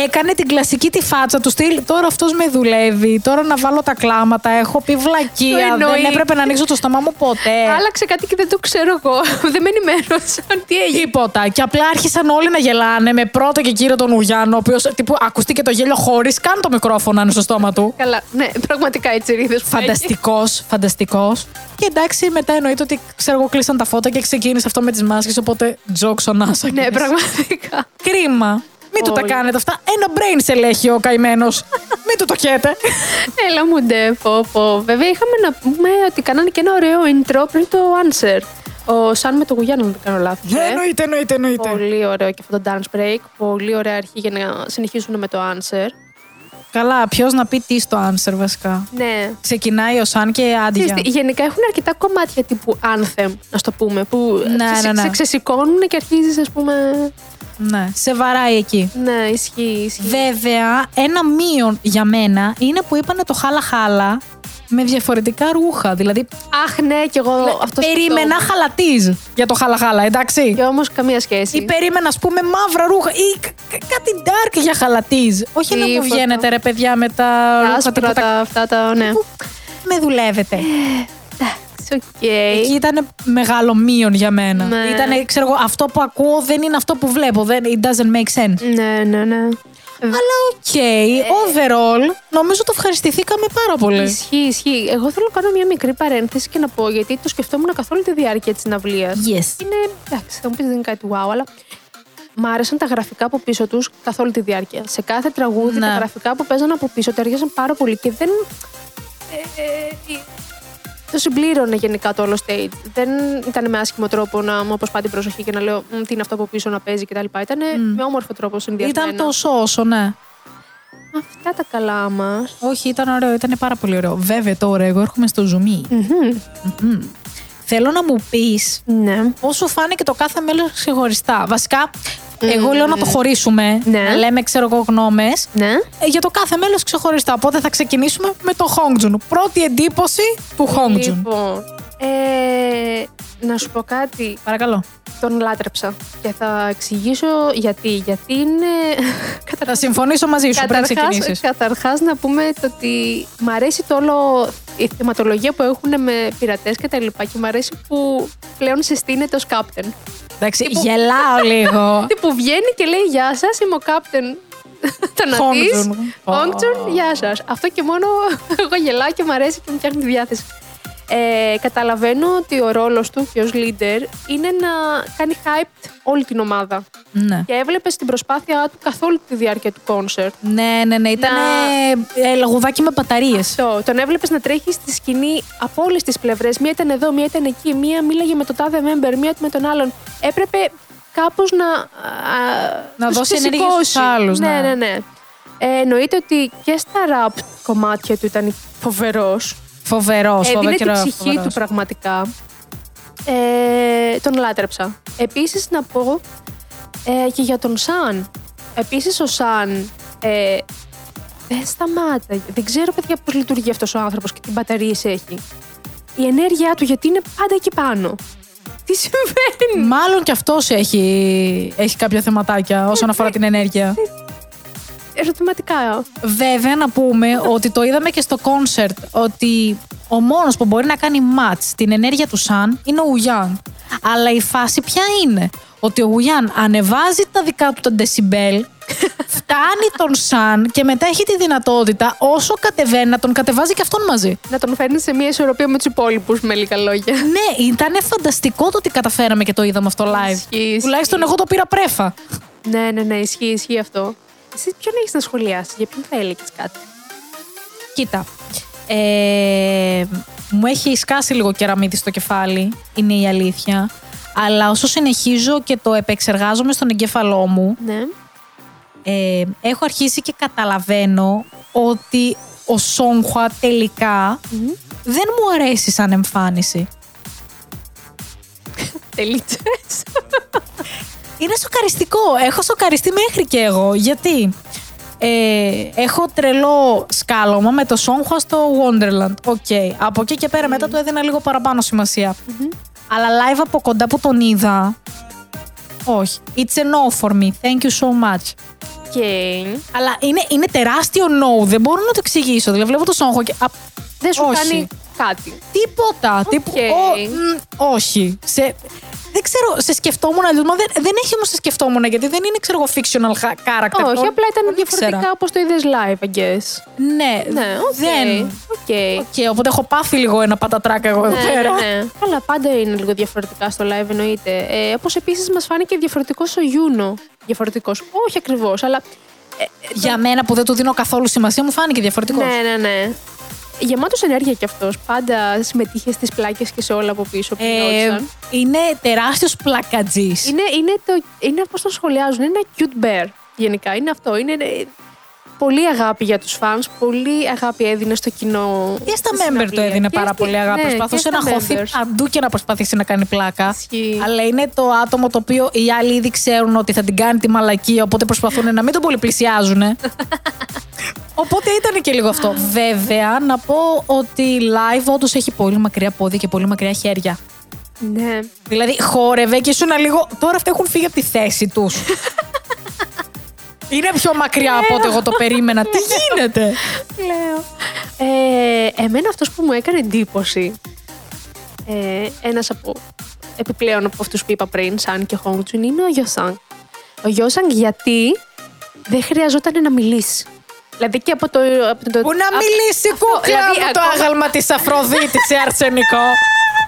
έκανε την κλασική τη φάτσα του στυλ τώρα αυτός με δουλεύει, τώρα να βάλω τα κλάματα, έχω πει βλακεία,
Το εννοεί.
δεν έπρεπε να ανοίξω το στόμα μου ποτέ.
Άλλαξε κάτι και δεν το ξέρω εγώ. *laughs* δεν με ενημέρωσαν τι έγινε.
Τίποτα. Και απλά άρχισαν όλοι να γελάνε με πρώτο και κύριο τον Ουγιάννο, ο οποίος τύπου ακουστήκε το γέλιο χωρίς καν το μικρόφωνο αν είναι στο στόμα του.
Καλά, ναι, πραγματικά έτσι ρίδες.
*laughs* Φανταστικός, φανταστικός. Και εντάξει, μετά εννοείται ότι ξέρω εγώ κλείσαν τα φώτα και ξεκίνησε αυτό με τις μάσκες οπότε jokes on us. I
Ναι,
guess.
πραγματικά.
Κρίμα. Μην του τα
Όλοι.
κάνετε αυτά. Ένα brain σε έχει ο καημένος.
*laughs*
Μην του το χέτε.
Έλα μου ντε, πω, πω. Βέβαια είχαμε να πούμε ότι κάνανε και ένα ωραίο intro πριν το answer. Ο Σαν με το Γουγιάννη, αν δεν κάνω λάθος. ε.
Ναι, εννοείται, εννοείται, εννοείται.
Πολύ ωραίο και αυτό το dance break. Πολύ ωραία αρχή για να συνεχίσουν με το answer.
Καλά, ποιος να πει τι στο answer βασικά.
Ναι.
Ξεκινάει ο Σαν και
Ξέρεις
άντια.
τι, γενικά έχουν αρκετά κομμάτια τύπου anthem, να στο πούμε, που
Ναι,
σε,
ναι, ναι.
σε ξεσηκώνουν και αρχίζεις, ας πούμε,
Ναι, σε βαράει εκεί.
ναι, ισχύει, ισχύει.
Βέβαια, ένα μείον για μένα είναι που είπανε το χάλα χάλα με διαφορετικά ρούχα. Δηλαδή,
Αχ, ναι, κι εγώ αυτό
περίμενα χαλατή για το χάλα χάλα, εντάξει.
Και όμως καμία σχέση.
Ή περίμενα, ας πούμε, μαύρα ρούχα ή κα- κα- κάτι dark για χαλατή. Όχι να μου
Τίποτα.
βγαίνετε ρε παιδιά με τα
Τα
ρούχα
άσπρα,
τίποτα.
τα, αυτά τα, ναι.
Με δουλεύετε.
Εντάξει, οκ.
Εκεί ήταν μεγάλο μείον για μένα.
Ναι.
Ήτανε, ξέρω εγώ, αυτό που ακούω δεν είναι αυτό που βλέπω. Δεν, it doesn't make sense.
Ναι, ναι, ναι. Ε.
Αλλά οκ, overall, νομίζω το ευχαριστηθήκαμε πάρα πολύ.
Ισχύει, ισχύει. Εγώ θέλω να κάνω μια μικρή παρένθεση και να πω γιατί το σκεφτόμουν καθόλου τη διάρκεια της συναυλίας.
Yes.
Είναι. Εντάξει, θα μου πεις δεν είναι κάτι wow, αλλά. Μ' άρεσαν τα γραφικά από πίσω τους καθ' όλη τη διάρκεια. Σε κάθε τραγούδι
Ναι.
τα γραφικά που παίζαν από πίσω ταιριάζαν πάρα πολύ και δεν. ε, ε, ε, το συμπλήρωνε γενικά το όλο stage. Δεν ήταν με άσχημο τρόπο να μου αποσπά την προσοχή και να λέω «Μ, τι είναι αυτό από πίσω να παίζει κτλ. Ήταν με όμορφο τρόπο συνδυασμένο.
Ήταν τόσο όσο, ναι.
Αυτά τα καλά μας.
Όχι, ήταν ωραίο, ήταν πάρα πολύ ωραίο. Βέβαια τώρα, εγώ έρχομαι στο ζουμί. Μμμ. Θέλω να μου πεις
Ναι.
πώς σου φάνηκε το κάθε μέλος ξεχωριστά. Βασικά, εγώ λέω να το χωρίσουμε.
Mm. Ναι.
Να λέμε, ξέρω εγώ, γνώμες.
Ναι.
Για το κάθε μέλος ξεχωριστά. Οπότε θα ξεκινήσουμε με το Χόγκτζουν. Πρώτη εντύπωση του Χόγκτζουν.
Λοιπόν, ε, να σου πω κάτι.
Παρακαλώ.
Τον λάτρεψα και θα εξηγήσω γιατί. Γιατί είναι.
Θα συμφωνήσω μαζί σου πριν
Καταρχάς,
ξεκινήσεις.
καταρχάς να πούμε το ότι μ' αρέσει το όλο η θεματολογία που έχουν με πειρατές και τα λοιπά και μ' αρέσει που πλέον συστήνεται ως κάπτεν.
Εντάξει,
*laughs*
γελάω λίγο.
Τι που βγαίνει και λέει «Γεια σας, είμαι ο *laughs* κάπτεν». το να δεις.
Χόγκτζουν.
Όγκτσον, γεια σας. Αυτό και μόνο *laughs* εγώ γελάω και μου αρέσει και μου φτιάχνει τη διάθεση. Ε, καταλαβαίνω ότι ο ρόλος του και ως leader είναι να κάνει hype όλη την ομάδα.
Ναι.
Και έβλεπες την προσπάθειά του καθ' όλη τη διάρκεια του κόνσερτ.
Ναι, ναι, ναι. Ήταν λαγουδάκι με μπαταρίες.
Αυτό. Τον έβλεπες να τρέχει στη σκηνή από όλες τις πλευρές. Μία ήταν εδώ, μία ήταν εκεί, μία μίλαγε με το τάδε member, μία με τον άλλον. Έπρεπε κάπως να. α,
Να
τους
δώσει ενέργεια
ξεσηκώσει.
στους άλλους,
Ναι,
ναι.
ναι, ναι. Ε, εννοείται ότι και στα ραπ κομμάτια του ήταν φοβερός.
Φοβερός,
Έδινε
φοβερό
την Ε, ψυχή του πραγματικά. Ε, τον λάτρεψα. Επίσης να πω ε, και για τον Σαν. Επίσης ο Σαν ε, δεν σταμάταγε. Δεν ξέρω παιδιά πώς λειτουργεί αυτός ο άνθρωπος και τι μπαταρίες έχει. Η ενέργειά του γιατί είναι πάντα εκεί πάνω. Τι συμβαίνει.
Μάλλον και αυτός έχει, έχει κάποια θεματάκια όσον
Ε,
αφορά την ενέργεια.
Ερωτηματικά.
Βέβαια, να πούμε ότι το είδαμε και στο κόνσερτ ότι Ο μόνος που μπορεί να κάνει match την ενέργεια του Σαν είναι ο Ουγιάν. Αλλά η φάση ποια είναι. Ότι ο Ουγιάν ανεβάζει τα δικά του τα
*laughs*
decibel, φτάνει τον Σαν και μετά έχει τη δυνατότητα όσο κατεβαίνει να τον κατεβάζει και αυτόν μαζί.
Να τον φέρνει σε μια ισορροπία με τους υπόλοιπους, με λίγα λόγια.
Ναι, ήταν φανταστικό το ότι καταφέραμε και το είδαμε αυτό live.
Ισχύει, ισχύει.
Τουλάχιστον εγώ το πήρα πρέφα.
ναι, ναι, ναι, ισχύει, ισχύει αυτό. Εσύ ποιον έχεις να σχολιάσεις, για ποιον θα έλεγε κάτι.
Κοίτα. Ε, μου έχει σκάσει λίγο κεραμίδι στο κεφάλι, είναι η αλήθεια. Αλλά όσο συνεχίζω και το επεξεργάζομαι στον εγκέφαλό μου,
Ναι.
ε, έχω αρχίσει και καταλαβαίνω ότι ο Σόγχουα τελικά δεν μου αρέσει σαν εμφάνιση.
Τελίτσε.
Είναι σοκαριστικό. Έχω σοκαριστεί μέχρι και εγώ. Γιατί ε, έχω τρελό σκάλωμα με το Σόγχουα στο Wonderland. Οκ. Από εκεί και πέρα μετά του έδινα λίγο παραπάνω σημασία. Αλλά live από κοντά που τον είδα. Όχι. It's a no for me. Thank you so much.
Οκ.
Αλλά είναι, είναι τεράστιο no. Δεν μπορώ να το εξηγήσω. Δηλαδή βλέπω το Σόγχουα και. α,
Δεν σου
όχι.
κάνει κάτι.
Τίποτα. Τύπου, ο, μ, όχι. Σε, δεν ξέρω, σε σκεφτόμουν αλλιώ. Μα δεν, δεν έχει όμως σε σκεφτόμουν γιατί δεν είναι, ξέρω εγώ, fictional ha- character.
Όχι,
Ο-
απλά ήταν
τον ήξερα.
διαφορετικά όπως το είδες live, I guess.
Ναι,
Ναι, οκ.
δεν.
Οκ.
Οκ, οπότε έχω πάθει λίγο ένα πατατράκα εγώ εδώ
Ναι,
πέρα.
ναι, ναι. Αλλά πάντα είναι λίγο διαφορετικά στο live, εννοείται. Ε, Όπως επίσης μας φάνηκε διαφορετικός ο Γιούνο. Διαφορετικός. Όχι ακριβώς, αλλά.
Για μένα που δεν του δίνω καθόλου σημασία, μου φάνηκε διαφορετικός.
Ναι, ναι, ναι. Γεμάτος ενέργεια κι αυτός. Πάντα συμμετείχε στις πλάκες και σε όλα από πίσω που
Ε,
γινόντουσαν.
είναι τεράστιος πλακατζής.
Είναι, είναι, το, είναι πώς το σχολιάζουν, είναι ένα cute bear γενικά, είναι αυτό. Είναι ε, πολύ αγάπη για τους fans, πολύ αγάπη έδινε στο κοινό.
Και στα
στη
member το
συναυλίας.
έδινε
Και
πάρα
στη-
πολύ αγάπη.
ναι,
Προσπαθούσε
και
να
στα
χωθεί
members.
παντού και να προσπαθήσει να κάνει πλάκα.
Ισχύει.
Αλλά είναι το άτομο το οποίο οι άλλοι ήδη ξέρουν ότι θα την κάνει τη μαλακία, οπότε προσπαθούν να μην τον πολυπλησιάζουν.
*laughs*
οπότε ήταν και λίγο αυτό. Βέβαια, να πω ότι live όντως έχει πολύ μακριά πόδια και πολύ μακριά χέρια.
Ναι.
Δηλαδή, χόρευε και ήσουν λίγο. Τώρα αυτά έχουν φύγει από τη θέση τους.
*laughs*
είναι πιο μακριά
Ναι,
από ό,τι εγώ το περίμενα. Τι γίνεται.
Λέω. Ε, εμένα αυτός που μου έκανε εντύπωση, ε, ένας από, επιπλέον από αυτούς που είπα πριν, Σαν και Χόγκτσουν, είναι ο Γιώσαν. Ο Γιώσαν γιατί δεν χρειαζόταν να μιλήσει. Δηλαδή και από το... Από το
Πού να
από-
μιλήσει η κούκλα
δηλαδή,
μου το
ακόμα-
άγαλμα της Αφροδίτης σε αρσενικό.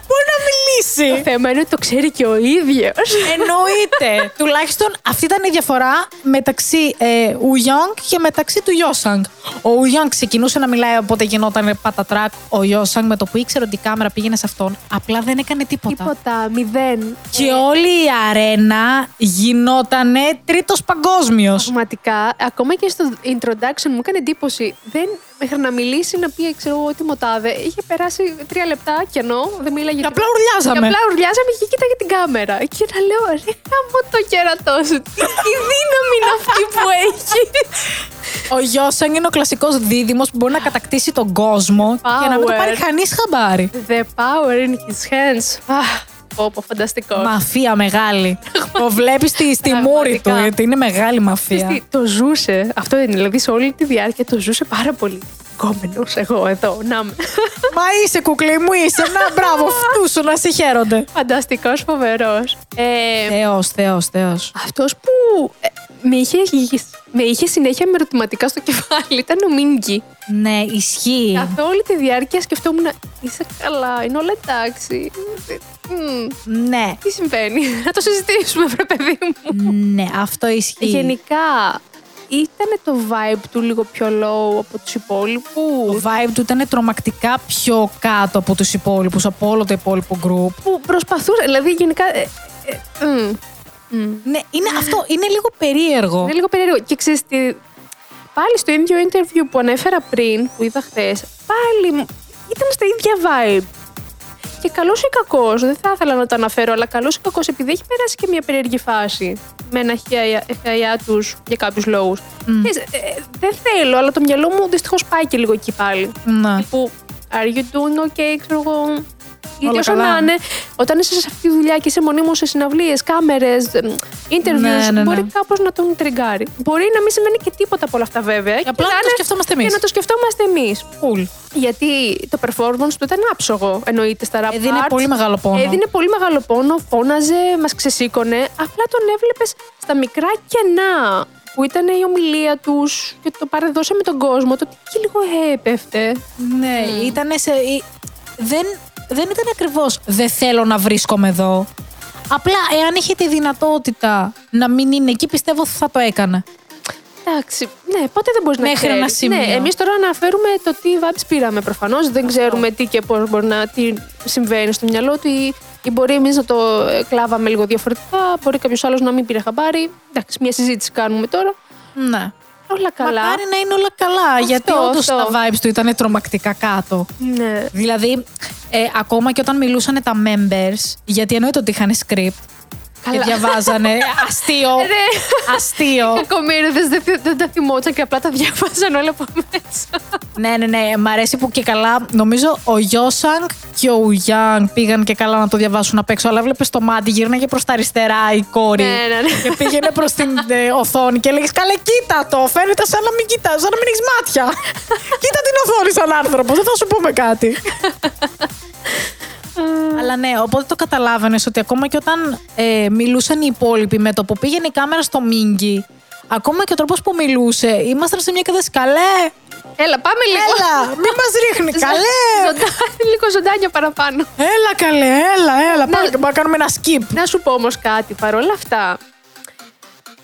Πού να μιλήσει.
θέμα είναι ότι το ξέρει και ο ίδιος.
Εννοείται. Τουλάχιστον αυτή ήταν η διαφορά μεταξύ ε, Ουγιόγκ και μεταξύ του Γιώσανγκ. Ο Ουγιόγκ ξεκινούσε να μιλάει, οπότε γινόταν πατατράκ. Ο Γιώσανγκ με το που ήξερε ότι η κάμερα πήγαινε σε αυτόν, απλά δεν έκανε τίποτα.
Τίποτα, μηδέν.
Και όλη η αρένα γινότανε τρίτος παγκόσμιος.
Πραγματικά, ακόμα και στο introduction μου έκανε εντύπωση. Δεν, μέχρι να μιλήσει, να πει, ξέρω εγώ, τι μοτάδε. Είχε περάσει τρία λεπτά κενό, δεν μίλαγε.
Και απλά
τίποτα.
ουρλιάζαμε.
Και απλά ουρλιάζαμε και κοίταγε την κάμερα. Και να λέω, ρε γάμο το κερατό σου. Τι η δύναμη είναι αυτή που έχει.
Ο Γιώσανγκ είναι ο κλασικός δίδυμος που μπορεί να κατακτήσει τον κόσμο και να μην το
Power.
πάρει κανείς χαμπάρι.
The power in his hands. Αχ, πω, πω, φανταστικό.
Μαφία μεγάλη. το βλέπεις στη, στη μούρη του,
Πραγματικά.
γιατί είναι μεγάλη μαφία.
Ξέρεις τι, το ζούσε. Αυτό είναι. Δηλαδή, σε όλη τη διάρκεια το ζούσε πάρα πολύ. Κόμενος, εγώ εδώ, να *laughs* είμαι.
Μα είσαι κουκλή μου, είσαι. Να μπράβο, φτούσου να σε χαίρονται.
Φανταστικός, φοβερός. Ε,
Θεός, Θεός, Θεός.
Αυτός που ε, με, είχε, με είχε συνέχεια με ερωτηματικά στο κεφάλι ήταν ο Μίνγκι.
Ναι, ισχύει.
Καθ' όλη τη διάρκεια σκεφτόμουν, είσαι καλά, είναι όλα εντάξει. Μμμ,
Ναι,
τι συμβαίνει, *laughs* να το συζητήσουμε, βρε παιδί μου.
ναι, αυτό ισχύει.
Γενικά, ήταν το vibe του λίγο πιο low από τους
Το
υπόλοιπου.
vibe του ήταν τρομακτικά πιο κάτω από τους υπόλοιπους, από όλο το υπόλοιπο group.
Που προσπαθούσε, δηλαδή γενικά... ε, ε, μμ.
Ναι, είναι αυτό, είναι λίγο περίεργο.
Είναι λίγο περίεργο. Και ξέρεις τι. Πάλι στο ίδιο interview που ανέφερα πριν, που είδα χθες, πάλι μου- ήταν στα ίδια vibe. Και καλός ή κακός, δεν θα ήθελα να το αναφέρω, αλλά καλός ή κακός, επειδή έχει περάσει και μια περίεργη φάση με ένα χιάια τους για κάποιους λόγους. ε, δεν θέλω, αλλά το μυαλό μου δυστυχώς πάει και λίγο εκεί πάλι.
Ναι.
Που are you doing okay, ξέρω εγώ. Γιατί
Όλα
όσο
καλά.
να είναι, όταν είσαι σε αυτή τη δουλειά και είσαι μονίμως σε συναυλίες, κάμερες, interviews,
Ναι, ναι,
μπορεί
ναι.
κάπως να τον τριγκάρει. Μπορεί να μην σημαίνει και τίποτα από όλα αυτά βέβαια. Και,
απλά να το
είναι-
σκεφτόμαστε εμείς.
Και να το σκεφτόμαστε εμείς. Γιατί το performance του ήταν άψογο, εννοείται στα rap
Έδινε
parts.
πολύ μεγάλο πόνο.
Έδινε πολύ μεγάλο πόνο, φώναζε, μας ξεσήκωνε. Απλά τον έβλεπες στα μικρά κενά που ήταν η ομιλία τους και το παρεδώσαμε τον κόσμο. Το τι λίγο έπεφτε.
Ναι, ήταν σε. ή- Δεν, δεν ήταν ακριβώς δεν θέλω να βρίσκομαι εδώ. Απλά εάν είχε τη δυνατότητα να μην είναι εκεί, πιστεύω θα το έκανε.
Εντάξει, ναι, πότε δεν μπορείς να
Μέχρι
ξέρεις.
ένα σημείο.
Ναι, εμείς τώρα αναφέρουμε το τι βάμπη πήραμε προφανώς. Δεν ξέρουμε τι και πώς μπορεί να τι συμβαίνει στο μυαλό του ή, ή μπορεί εμείς να το ε, κλάβαμε λίγο διαφορετικά. Μπορεί κάποιος άλλος να μην πήρε χαμπάρι. Εντάξει, μια συζήτηση κάνουμε τώρα.
Ναι.
Όλα καλά.
Μακάρι να είναι όλα καλά. γιατί όντω
αυτό.
τα vibes του ήταν τρομακτικά κάτω.
Ναι.
Δηλαδή, ε, ακόμα και όταν μιλούσαν τα members, γιατί εννοείται ότι είχαν script. Και
Καλά. *laughs* Ε,
διαβάζανε αστείο.
Ρε. *laughs*
αστείο.
Κακομοίριδες, ναι. δεν, δεν τα θυμόταν και απλά τα διαβάζαν όλα από μέσα.
ναι, ναι, ναι. Μ' αρέσει που και καλά. Νομίζω ο Γιώσανγκ και ο Ουγιάνγκ πήγαν και καλά να το διαβάσουν απ' έξω. Αλλά βλέπεις το μάτι, γύρναγε προς τα αριστερά η κόρη.
Ναι, ναι, ναι.
Και πήγαινε προς την ε, οθόνη και λέγε Καλέ, κοίτα το. Φαίνεται σαν να μην κοιτάς, σαν να μην έχεις
*laughs*
μάτια. κοίτα την οθόνη σαν άνθρωπος. Δεν θα σου πούμε
*laughs*
κάτι. Αλλά ναι, οπότε το καταλάβαινες ότι ακόμα και όταν ε, μιλούσαν οι υπόλοιποι με το που πήγαινε η κάμερα στο Μίγκι, ακόμα και ο τρόπος που μιλούσε, ήμασταν σε μια κατάσταση. Καλέ!
Έλα, πάμε λίγο.
Έλα! Μην μας ρίχνει! Καλέ!
Ζωντά- λίγο ζωντάνια παραπάνω.
Έλα, καλέ! Έλα, έλα! Πάμε να κάνουμε ένα skip.
Να σου πω όμως κάτι παρόλα αυτά.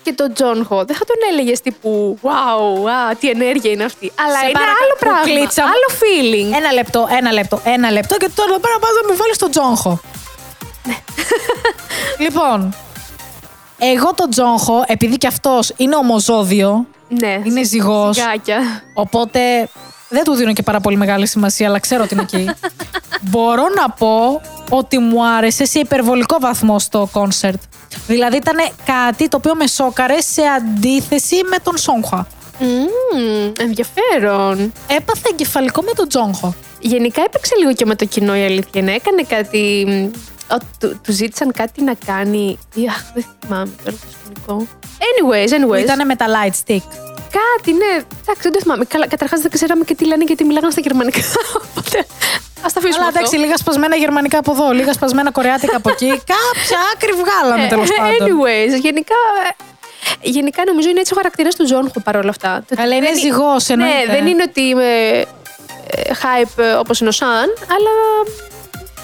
Και τον Τζον Χο, δεν θα τον έλεγες τύπου Wow, wow, τι ενέργεια είναι αυτή. Αλλά
Σε
είναι
παρακα-
άλλο πράγμα.
κουκλίτσα μου.
Άλλο feeling.
Ένα λεπτό, ένα λεπτό, ένα λεπτό και τώρα εδώ πέρα πας να μου βάλεις τον Τζόνχο. Ναι. *laughs* λοιπόν, εγώ τον Τζόνχο, επειδή και αυτός είναι ομοζώδιο,
ναι,
είναι ζυγός,
σιγάκια.
Οπότε δεν του δίνω και πάρα πολύ μεγάλη σημασία, αλλά ξέρω ότι είναι *laughs* εκεί. Μπορώ να πω ότι μου άρεσε σε υπερβολικό βαθμό στο κόνσερτ. Δηλαδή ήταν κάτι το οποίο με σόκαρε σε αντίθεση με τον Σόγχα.
Μμμ, ενδιαφέρον.
Έπαθε εγκεφαλικό με τον Τζόγχο.
Γενικά έπαιξε λίγο και με το κοινό η αλήθεια. Ναι, έκανε κάτι. μ, ο- του, του ζήτησαν κάτι να κάνει. Ή, Αχ, δεν θυμάμαι τώρα το σκηνικό. Anyways, anyways.
Ήτανε με τα light stick.
Κάτι, ναι. Εντάξει, δεν το θυμάμαι. Καλά, καταρχάς δεν ξέραμε και τι λένε γιατί μιλάγανε στα γερμανικά. *laughs* Οπότε. Ας τα αφήσουμε.
Αλλά
αυτό.
εντάξει, λίγα σπασμένα γερμανικά από εδώ, λίγα σπασμένα κορεάτικα από *laughs* εκεί. Κάποια άκρη βγάλαμε τέλο πάντων.
Ε, Anyways, γενικά. Γενικά νομίζω είναι έτσι ο χαρακτήρας του Τζόνχο παρόλα αυτά. Το
Αλλά
ότι
είναι
δεν-
ζυγός,
Ναι,
εννοείται.
δεν είναι ότι είμαι ε, hype όπως είναι ο Σαν, αλλά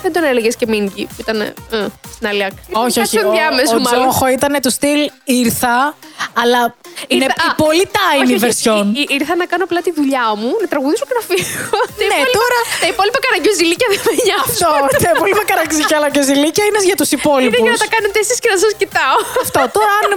δεν τον έλεγες και Μίνγκι που ήταν. ε, στην Αλιάκ.
Όχι, όχι. Ο,
Κάτι διάμεσο,
ο
μάλλον.
Τζόγχο ήταν του στυλ ήρθα, αλλά είναι
Ήρθα-
η
α,
πολύ
όχι,
tiny
όχι,
version.
ή- ή- Ήρθα να κάνω απλά τη δουλειά μου, να τραγουδήσω και να φύγω. Τα
Ναι,
υπόλοιπα-
τώρα-
Τα υπόλοιπα καραγκιουζιλίκια δεν με νοιάζουν. *laughs*
Αυτό. ναι, Τα υπόλοιπα καραξικιάλα και ζηλίκια είναι για τους
Είναι
υπόλοιπου.
για να τα κάνετε εσείς και να σας κοιτάω.
*laughs* Αυτό. Τώρα, αν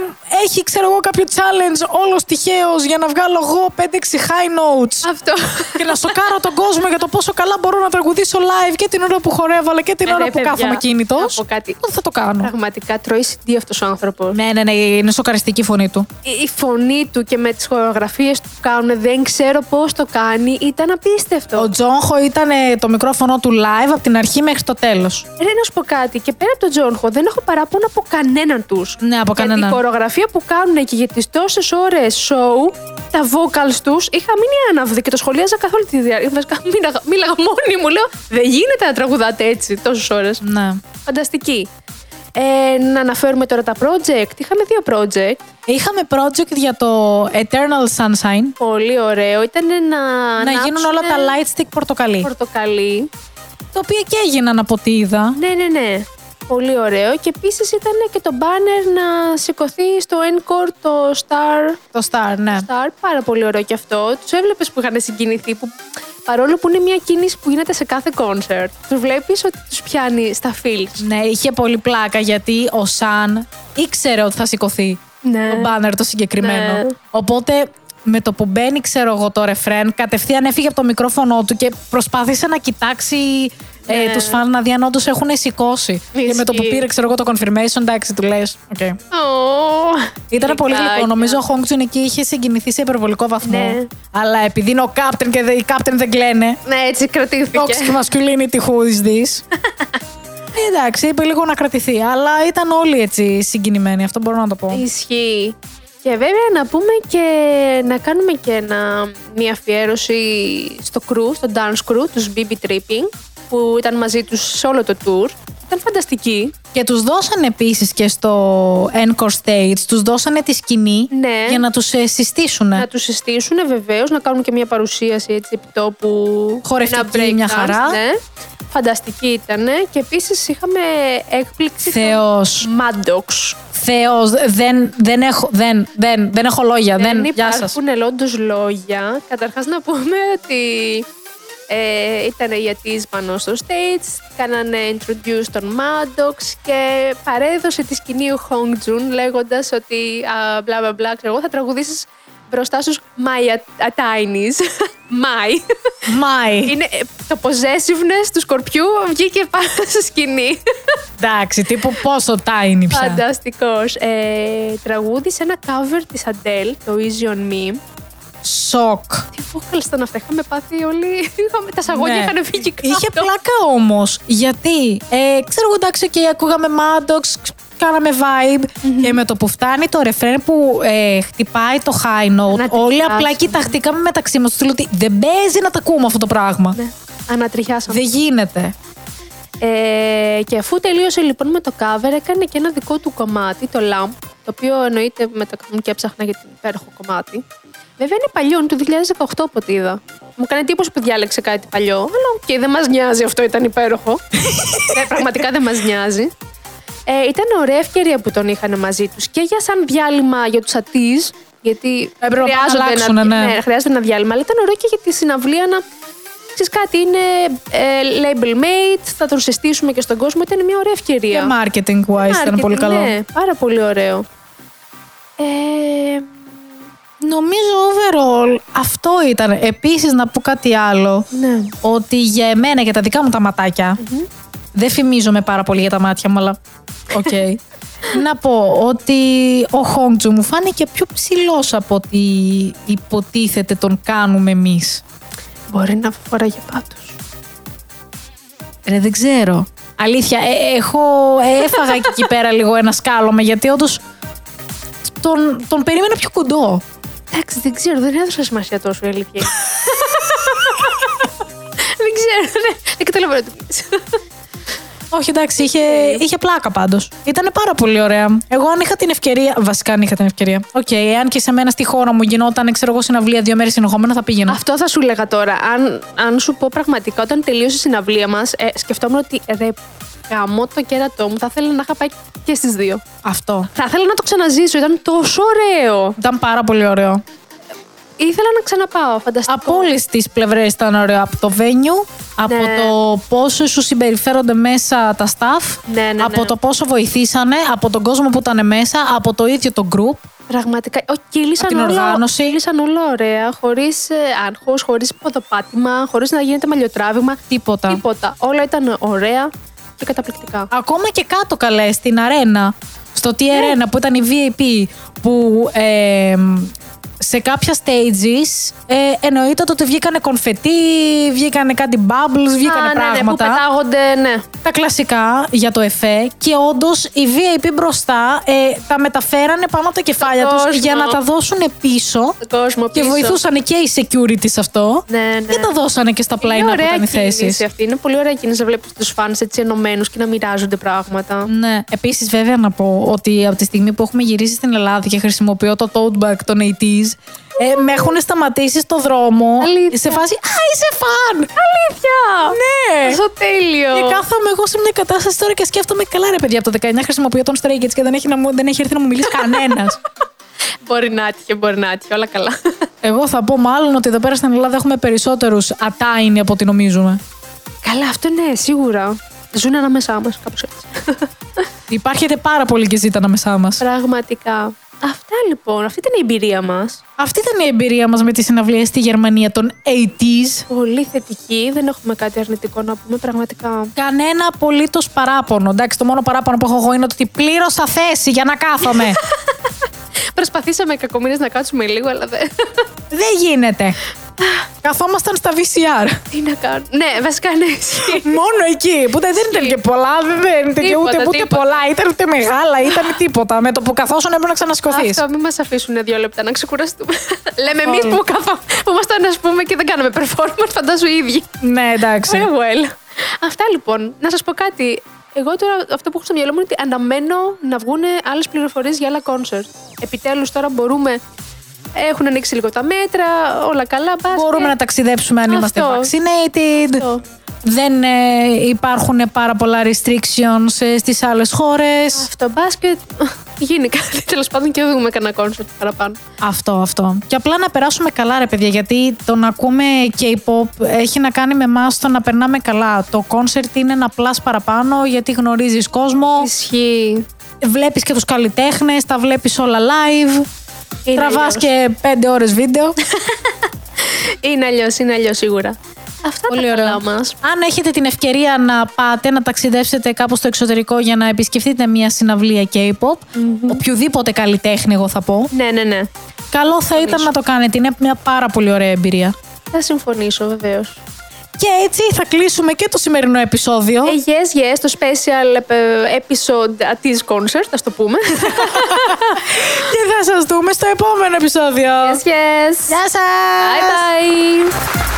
έχει, ξέρω εγώ, κάποιο challenge όλος τυχαίο για να βγάλω εγώ 5-6 high notes *laughs*
Αυτό.
και να σοκάρω τον κόσμο για το πόσο καλά μπορώ να τραγουδήσω live και την ώρα που χορεύω αλλά και την
Ε,
ώρα
ρε,
που
παιδιά,
κάθομαι κινητός.
να πω κάτι.
Δεν θα το κάνω.
Πραγματικά τρώει CD αυτός ο άνθρωπος.
Ναι, ναι, ναι, είναι σοκαριστική η φωνή του.
η φωνή του και με τις χορογραφίες που κάνουν, δεν ξέρω πώς το κάνει, ήταν απίστευτο.
Ο Τζόγχο ήταν ε, το μικρόφωνο του live από την αρχή μέχρι το τέλος.
Ρε να σου πω κάτι, και πέρα από τον Τζόνχο, δεν έχω παράπονα από κανέναν τους.
Ναι, από
Γιατί η
κανέναν.
χορογραφία που κάνουν και για τις τόσες ώρες show, τα vocals τους, είχα μείνει άναυδη και το σχολίαζα καθόλου τη διάρκεια. Βασικά, μίλαγα, μίλαγα μόνη μου, λέω, δεν γίνεται να τραγουδάτε έτσι τόσες ώρες.
Ναι.
Φανταστική. Ε, να αναφέρουμε τώρα τα project. Είχαμε δύο project.
Είχαμε project για το Eternal Sunshine.
Πολύ ωραίο. Ήταν να.
Να γίνουν όλα τα
live
light stick πορτοκαλί.
Πορτοκαλί.
Τα οποία και έγιναν από ό,τι είδα.
Ναι, ναι, ναι. Πολύ ωραίο. Και επίσης ήταν και το banner να σηκωθεί στο Encore το Star.
Το Star, ναι.
Star. Πάρα πολύ ωραίο και αυτό. Τους έβλεπες που είχαν συγκινηθεί. Που, παρόλο που είναι μια κίνηση που γίνεται σε κάθε κόνσερτ, τους βλέπεις ότι τους πιάνει στα feels.
Ναι, είχε πολύ πλάκα γιατί ο Σαν ήξερε ότι θα σηκωθεί
Ναι.
το μπάνερ το συγκεκριμένο.
Ναι.
Οπότε με το που μπαίνει, ξέρω εγώ, το ρεφρέν, κατευθείαν έφυγε από το μικρόφωνο του και προσπάθησε να κοιτάξει ε,
Ναι.
τους φαν να δει αν όντω έχουν σηκώσει. Και με το που
Ισχύει.
πήρε, ξέρω εγώ, το confirmation, εντάξει, του λες. Okay. Ήταν πολύ γλυκό. Νομίζω ο Χόγκτσουν εκεί είχε συγκινηθεί σε υπερβολικό βαθμό.
Ναι.
Αλλά επειδή είναι ο Captain και δε- οι Captain δεν κλαίνε.
Ναι, έτσι κρατήθηκε.
Toxic masculinity, who is this? *laughs* Εντάξει, είπε λίγο να κρατηθεί. Αλλά ήταν όλοι έτσι συγκινημένοι, αυτό μπορώ να το πω.
Ισχύει. Και βέβαια να πούμε και να κάνουμε και ένα, μια αφιέρωση στο crew, στο dance crew, τους BB Tripping, που ήταν μαζί τους σε όλο το tour. Ήταν φανταστική.
Και τους δώσανε επίσης και στο Encore Stage, τους δώσανε τη σκηνή
Ναι.
για να τους ε, συστήσουν.
Να τους συστήσουν βεβαίως, να κάνουν και μια παρουσίαση έτσι επιτόπου.
Χορευτική,
ένα breakdance,
μια χαρά.
Ναι. Φανταστική ήταν. Και επίσης είχαμε έκπληξη
Θεός,
Μάντοξ.
θεός, δεν, δεν, έχω, δεν, δεν, δεν έχω λόγια, δεν, γεια σας.
Ε, υπάρχουν ελόντως λόγια. Καταρχάς να πούμε ότι ε, ήταν οι Αττής πάνω στο stage, κάνανε introduce τον Maddox και παρέδωσε τη σκηνή ο Hong Jun λέγοντας ότι α, μπλα μπλα μπλα, ξέρω εγώ, θα τραγουδήσεις μπροστά στους My At- Atainis. *laughs*
*laughs*
My.
Μάη,
Είναι ε, το possessiveness του σκορπιού βγήκε πάνω στη σκηνή.
εντάξει, τύπου πόσο tiny πια.
Φανταστικός. Ε, τραγούδισε ένα cover της Adele, το Easy On Me.
Σοκ.
Τι vocals ήταν αυτά. Είχαμε πάθει όλοι. Είχαμε, τα σαγόνια
Ναι.
είχαν φύγει κάτω.
Είχε πλάκα όμως. Γιατί, ε, ξέρω εγώ, εντάξει, και ακούγαμε Maddox, κάναμε vibe. Και με το που φτάνει το ρεφρέν που ε, χτυπάει το high note,
Να
όλοι
τριχιάσουμε.
απλά κοιταχτήκαμε μεταξύ μας. Τους λέω ότι δεν παίζει να τα ακούμε αυτό το πράγμα.
Ναι. Ανατριχιάσαμε.
Δεν γίνεται.
Ε, και αφού τελείωσε λοιπόν με το cover, έκανε και ένα δικό του κομμάτι, το Lamp, το οποίο εννοείται μεταξύ μου και έψαχνα για την υπέροχο κομμάτι. Βέβαια είναι παλιό, είναι του 2018 από ό,τι είδα. Μου κάνει εντύπωση που διάλεξε κάτι παλιό, αλλά οκ, δεν μας νοιάζει, αυτό ήταν
*laughs*
υπέροχο. ναι, πραγματικά δεν μας νοιάζει. Ε, ήταν ωραία ευκαιρία που τον είχαν μαζί τους και για σαν διάλειμμα για τους ατεί, γιατί
Έπρεπε να
χρειάζονται,
αλλάξουνε, ναι.
χρειάζεται ένα διάλειμμα, αλλά ήταν ωραίο και για τη συναυλία να. Ξέρεις κάτι, είναι ε, label mate, θα τον συστήσουμε και στον κόσμο. Ήταν μια ωραία
Και
ευκαιρία.
marketing wise ήταν
Marketing,
πολύ καλό.
Ναι, πάρα πολύ ωραίο. Ε,
Νομίζω overall αυτό ήταν. Επίσης, να πω κάτι άλλο.
ναι.
Ότι για εμένα, για τα δικά μου τα ματακια Δεν φημίζομαι πάρα πολύ για τα μάτια μου, αλλά. Οκ. *laughs* να πω ότι ο Χόντζου μου φάνηκε πιο ψηλός από ότι υποτίθεται τον κάνουμε εμείς.
Μπορεί να φοράγε πάτους.
Ρε, δεν ξέρω. Αλήθεια, ε, έχω, ε, *laughs* έφαγα και εκεί πέρα λίγο ένα σκάλωμα, γιατί όντως τον, τον περίμενα πιο κοντό.
Εντάξει, δεν ξέρω, δεν έδωσα σημασία τόσο η αλήθεια.
*laughs*
είναι. δεν ξέρω, ναι. Δεν καταλαβαίνω τι πεις.
Όχι, εντάξει, είχε, είχε πλάκα πάντως. Ήταν πάρα πολύ ωραία. Εγώ, αν είχα την ευκαιρία. Βασικά, αν είχα την ευκαιρία. Οκ, εάν και σε μένα στη χώρα μου γινόταν, ξέρω εγώ, συναυλία δύο μέρες συνεχόμενα, θα πήγαινα.
Αυτό θα σου λέγα τώρα. Αν, αν σου πω πραγματικά, όταν τελείωσε η συναυλία μας, ε, σκεφτόμουν ότι ρε, γαμώ το κέρατό μου, θα ήθελα να είχα πάει και στις δύο.
Αυτό.
Θα ήθελα να το ξαναζήσω, ήταν τόσο ωραίο.
Ήταν πάρα πολύ ωραίο.
Ήθελα να ξαναπάω, φανταστικό.
Από όλες τις πλευρές ήταν ωραίο. Από το venue, από
Ναι.
το πόσο σου συμπεριφέρονται μέσα τα staff,
Ναι, ναι, ναι.
από το πόσο βοηθήσανε, από τον κόσμο που ήταν μέσα, από το ίδιο το group.
Πραγματικά. Όχι,
Από
κύλησαν
την
όλα,
οργάνωση.
κύλησαν όλα ωραία, χωρίς άγχος, χωρίς ποδοπάτημα, χωρίς να γίνεται μαλλιοτράβημα.
Τίποτα.
Τίποτα. Όλα ήταν ωραία και καταπληκτικά.
Ακόμα και κάτω καλέ, στην αρένα. Στο τι αρένα που ήταν η VIP που ε, σε κάποια stages ε, εννοείται το ότι βγήκανε κονφετί, βγήκανε κάτι bubbles, βγήκανε
Α, ναι, ναι, που
πράγματα.
πετάγονται, ναι.
τα κλασικά για το ΕΦΕ και όντως οι VIP μπροστά ε, τα μεταφέρανε πάνω από τα κεφάλια
Στον
τους
κόσμο.
για να τα δώσουν πίσω
Τον κόσμο
και
πίσω.
βοηθούσαν και οι security σε αυτό
Ναι, ναι.
και τα δώσανε και στα πλάι να ήταν οι θέσεις.
αυτή. Είναι πολύ ωραία κίνηση να βλέπεις τους φαν έτσι ενωμένους και να μοιράζονται πράγματα.
Ναι. Επίσης, βέβαια να πω ότι από τη στιγμή που έχουμε γυρίσει στην Ελλάδα και χρησιμοποιώ το tote bag των 80s, ε, με έχουν σταματήσει στο δρόμο.
Αλήθεια.
Σε φάση Α, είσαι φαν!
Αλήθεια!
Ναι!
Τόσο τέλειο!
Και κάθομαι εγώ σε μια κατάσταση τώρα και σκέφτομαι καλά, ρε παιδιά, από το 19 χρησιμοποιώ τον Stray Kids και δεν έχει, να μου, δεν έχει έρθει να μου μιλήσει κανένας.
*laughs* Μπορεί να έτυχε, μπορεί να έτυχε, όλα καλά.
Εγώ θα πω μάλλον ότι εδώ πέρα στην Ελλάδα έχουμε περισσότερους ατάινοι από ό,τι νομίζουμε.
Καλά, αυτό ναι, σίγουρα. Ζουν ανάμεσά μας, κάπως έτσι.
Υπάρχετε πάρα πολύ και ζήτα ανάμεσά μας.
*laughs* Πραγματικά. Αυτά λοιπόν, αυτή ήταν η εμπειρία μας.
Αυτή ήταν η εμπειρία μας με τις συναυλίες στη Γερμανία των 80s.
Πολύ θετική, δεν έχουμε κάτι αρνητικό να πούμε πραγματικά.
Κανένα απολύτως παράπονο. Εντάξει, το μόνο παράπονο που έχω εγώ είναι ότι πλήρωσα θέση για να
*laughs*
κάθομαι.
Προσπαθήσαμε κακομοίρες να κάτσουμε λίγο, αλλά δεν. *laughs*
Δεν γίνεται. Καθόμασταν στα VCR.
Τι να κάνω. Ναι, βασικά *laughs* ναι. ισχύει.
Μόνο εκεί. Που δεν ήταν και πολλά, δεν ήταν και
Τίποτα,
ούτε, ούτε
τίποτα.
πολλά, ήταν ούτε μεγάλα, ήταν
*laughs*
τίποτα. Με το που καθόσουν έπρεπε να ξανασηκωθείς.
Αυτό, μην μας αφήσουν δύο λεπτά να
*laughs*
ξεκουραστούμε. Λέμε εμείς
Sorry.
που, καθα- που ήμασταν, ας πούμε, και δεν κάναμε performance, φαντάζω οι ίδιοι.
Ναι, εντάξει.
Very well. Αυτά λοιπόν. Να σας πω κάτι. Εγώ τώρα αυτό που έχω στο μυαλό μου είναι ότι αναμένω να βγουν άλλες πληροφορίες για άλλα κόνσερτ. Επιτέλους τώρα μπορούμε. Έχουν ανοίξει λίγο τα μέτρα, όλα καλά. μπάσκετ.
Μπορούμε να ταξιδέψουμε αν είμαστε
Αυτό.
vaccinated.
Αυτό.
Δεν ε, υπάρχουν πάρα πολλά restrictions ε, στις άλλες χώρες.
Αυτό μπάσκετ. Γίνει κάτι. *laughs* Τέλος πάντων και δούμε κανένα κόνσερτ παραπάνω.
Αυτό, αυτό. Και απλά να περάσουμε καλά, ρε παιδιά, γιατί το να ακούμε K-pop έχει να κάνει με εμάς το να περνάμε καλά. Το κόνσερτ είναι ένα πλάσ παραπάνω, γιατί γνωρίζεις κόσμο,
Ισχύει.
βλέπεις και τους καλλιτέχνες, τα βλέπεις όλα live.
Είναι
Τραβάς
αλλιώς.
και πέντε ώρες βίντεο.
Είναι αλλιώς, είναι αλλιώς σίγουρα. Αυτά
Πολύ
τα
ωραία.
καλά μας.
Αν έχετε την ευκαιρία να πάτε, να ταξιδέψετε κάπου στο εξωτερικό για να επισκεφτείτε μια συναυλία K-pop, οποιοδήποτε καλλιτέχνη, εγώ θα πω,
Ναι, ναι, ναι.
καλό θα ήταν να το κάνετε. Είναι μια πάρα πολύ ωραία εμπειρία.
Θα συμφωνήσω βεβαίως.
Και έτσι θα κλείσουμε και το σημερινό επεισόδιο.
Ε, yes, yes, το special ε, episode at this concert, ας το πούμε.
και θα σας δούμε στο επόμενο επεισόδιο.
yes, yes.
Γεια σας!
Bye bye.